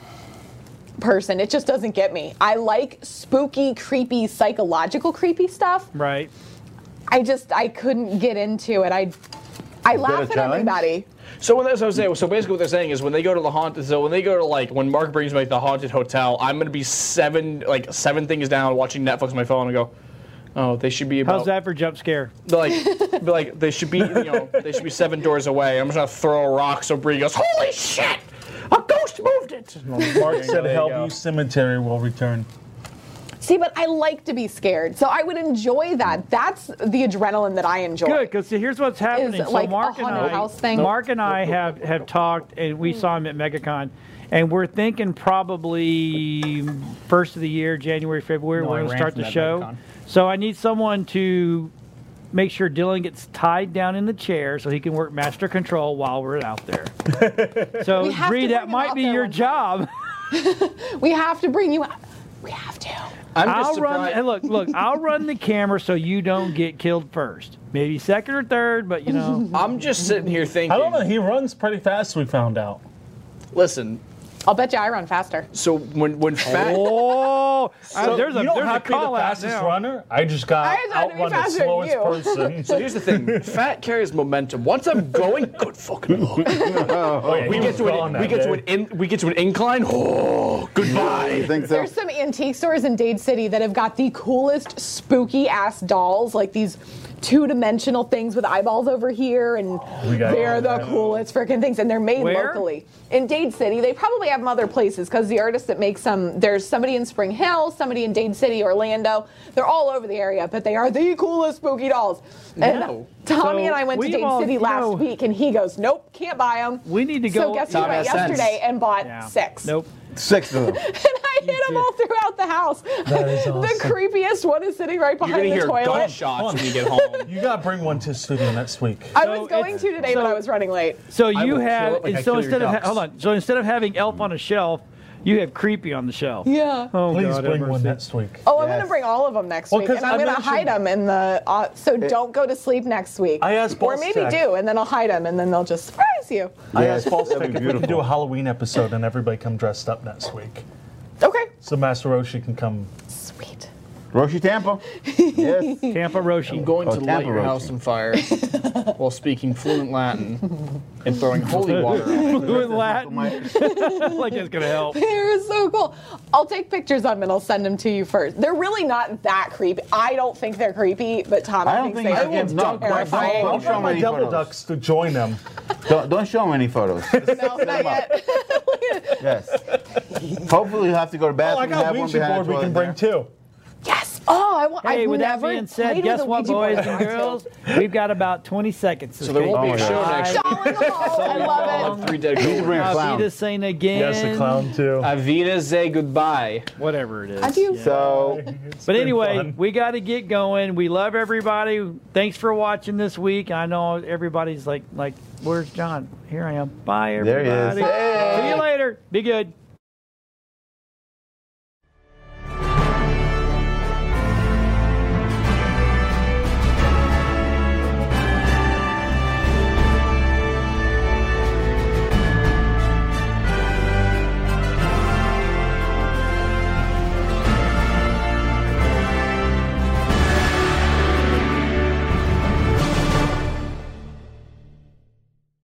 D: person. It just doesn't get me. I like spooky, creepy, psychological, creepy stuff.
A: Right.
D: I just I couldn't get into it. I I
B: that
D: laugh
B: a
D: at
B: challenge?
D: everybody.
B: So when that's what I'm saying. So basically, what they're saying is when they go to the haunted. So when they go to like when Mark brings me like the haunted hotel, I'm gonna be seven like seven things down watching Netflix on my phone and go, oh, they should be about
A: How's that for jump scare?
B: They're like they're like they should be you know they should be seven doors away. I'm just gonna throw a rock so Bree goes, holy shit, a ghost moved it.
C: Mark said
B: There you go.
C: Hellview Cemetery will return.
D: See, but I like to be scared, so I would enjoy that. That's the adrenaline that I enjoy.
A: Good, because here's what's happening.
D: Is
A: so
D: like a
A: Mark and I,
D: haunted house thing?
A: Mark and I have have talked, and we saw him at MegaCon, and we're thinking probably first of the year, January, February,
B: No, I
A: we're going to
B: ran
A: start
B: from
A: the
B: that
A: show.
B: MegaCon.
A: So I need someone to make sure Dylan gets tied down in the chair so he can work master control while we're out there. so
D: We have
A: Bree,
D: to
A: that
D: bring him
A: might
D: out
A: be
D: there
A: your
D: one
A: job.
D: We have to bring you.
F: I'm
A: i
F: just
A: will run.
F: surprised-
A: And look, look. I'll run the camera so you don't get killed first. Maybe second or third, but you know.
B: I'm just sitting here thinking.
C: I don't know. He runs pretty fast. We found out.
B: Listen.
D: I'll bet you I run faster.
B: So when when fat.
A: oh,
C: So you don't have to be the fastest runner. I just got
D: I thought it'd be
C: outrun the
D: faster than
C: slowest
D: you.
C: person.
A: Oh.
B: so here's the thing: fat carries momentum. Once I'm going, good fucking luck.
C: yeah,
B: Oh, we
C: he
B: get
C: was
B: to
C: gone
B: an
C: that
B: we get
C: day.
B: to an in, we get to an incline. Oh, goodbye.
D: There's some antique stores in Dade City that have got the coolest spooky ass dolls, like these two-dimensional things with eyeballs over here, and
M: We got
D: they're
M: all
D: the
M: that.
D: coolest freaking things. And they're made
M: Where?
D: locally in Dade City. They probably have them other places because the artist that makes them, there's somebody in Spring Hill, somebody in Dade City, Orlando. They're all over the area, but they are the coolest spooky dolls. And
A: No.
D: Tommy
A: So
D: and I went to
A: we've
D: Dade
A: all-
D: City
A: you
D: last
A: know-
D: week, and he goes, "Nope, can't buy them."
A: We need to
D: So
A: go-
D: guess who
A: Tom
D: went
A: has sense.
D: yesterday and bought
A: Yeah.
D: six?
A: Nope.
F: Six of them.
D: and I hit them all throughout the house.
C: That is
D: the
C: awesome.
D: creepiest one is sitting right behind the toilet.
B: when you get home.
C: You gotta bring one to the studio next week.
D: I was going to today, but I was running late.
A: So
C: I
A: you
C: will kill
A: have
C: it like I
A: so
C: kill your
A: instead of ha-
C: ducks.
A: hold on. So instead of having Elf on a shelf, you have Creepy on the shelf.
D: Yeah.
A: Oh
C: Please
A: God, have
C: bring one
A: mercy.
C: next week.
D: Oh, I'm going to bring all of them next
A: Well,
D: week,
A: 'cause
D: and I'm
A: I
D: going to
A: mentioned-
D: hide them in the. Uh, so don't go to sleep next week.
C: I asked
D: or
C: Boss
D: maybe
C: Jack.
D: do, and then I'll hide them, and then they'll just surprise you.
C: I asked Paul
F: that'd
C: Stick
F: be
C: if we could do
F: beautiful.
C: a Halloween episode and everybody come dressed up next week.
D: Okay.
C: So Master Roshi can come.
D: Sweet.
F: Roshi Tampa. Yes.
A: Tampa Roshi.
B: I'm going
F: Oh,
B: to light
F: Tampa
B: your
F: Roshi.
B: house on fire while speaking fluent Latin and throwing holy water. at it.
A: Fluent Latin. like it's gonna help.
D: They're so cool. I'll take pictures of them and I'll send them to you first. They're really not that creepy. I don't think they're creepy, but Tom, I, think, they are terrifying.
F: Don't show
C: my
F: him any
C: double
F: photos.
C: ducks to join them.
F: Don't, don't show him any photos.
D: No, not yet.
F: yes. Hopefully, you'll have to go
C: Oh,
F: to
C: I
F: bathroom. and
C: got
F: have one
C: Ouija
F: behind
C: board
F: the
C: we can
F: toilet
C: bring too.
D: Yes. Oh, I want.
A: Hey,
D: I've
A: with that
D: never
A: being said,
D: played
A: guess
D: with a
A: what,
D: Ouija board.
A: boys and girls? We've got about 20 seconds.
B: So there won't be a show next week.
D: I love it.
B: Three dead
F: can bring a clown.
A: Avita saying again.
C: Yes, a clown too.
B: Avita say goodbye.
A: Whatever it is.
F: So,
A: But
C: been
A: anyway,
C: fun.
A: we got to get going. We love everybody. Thanks for watching this week. I know everybody's like, like, where's John? Here I am. Bye,
F: There he
A: everybody.
F: is.
A: See you later. Be good.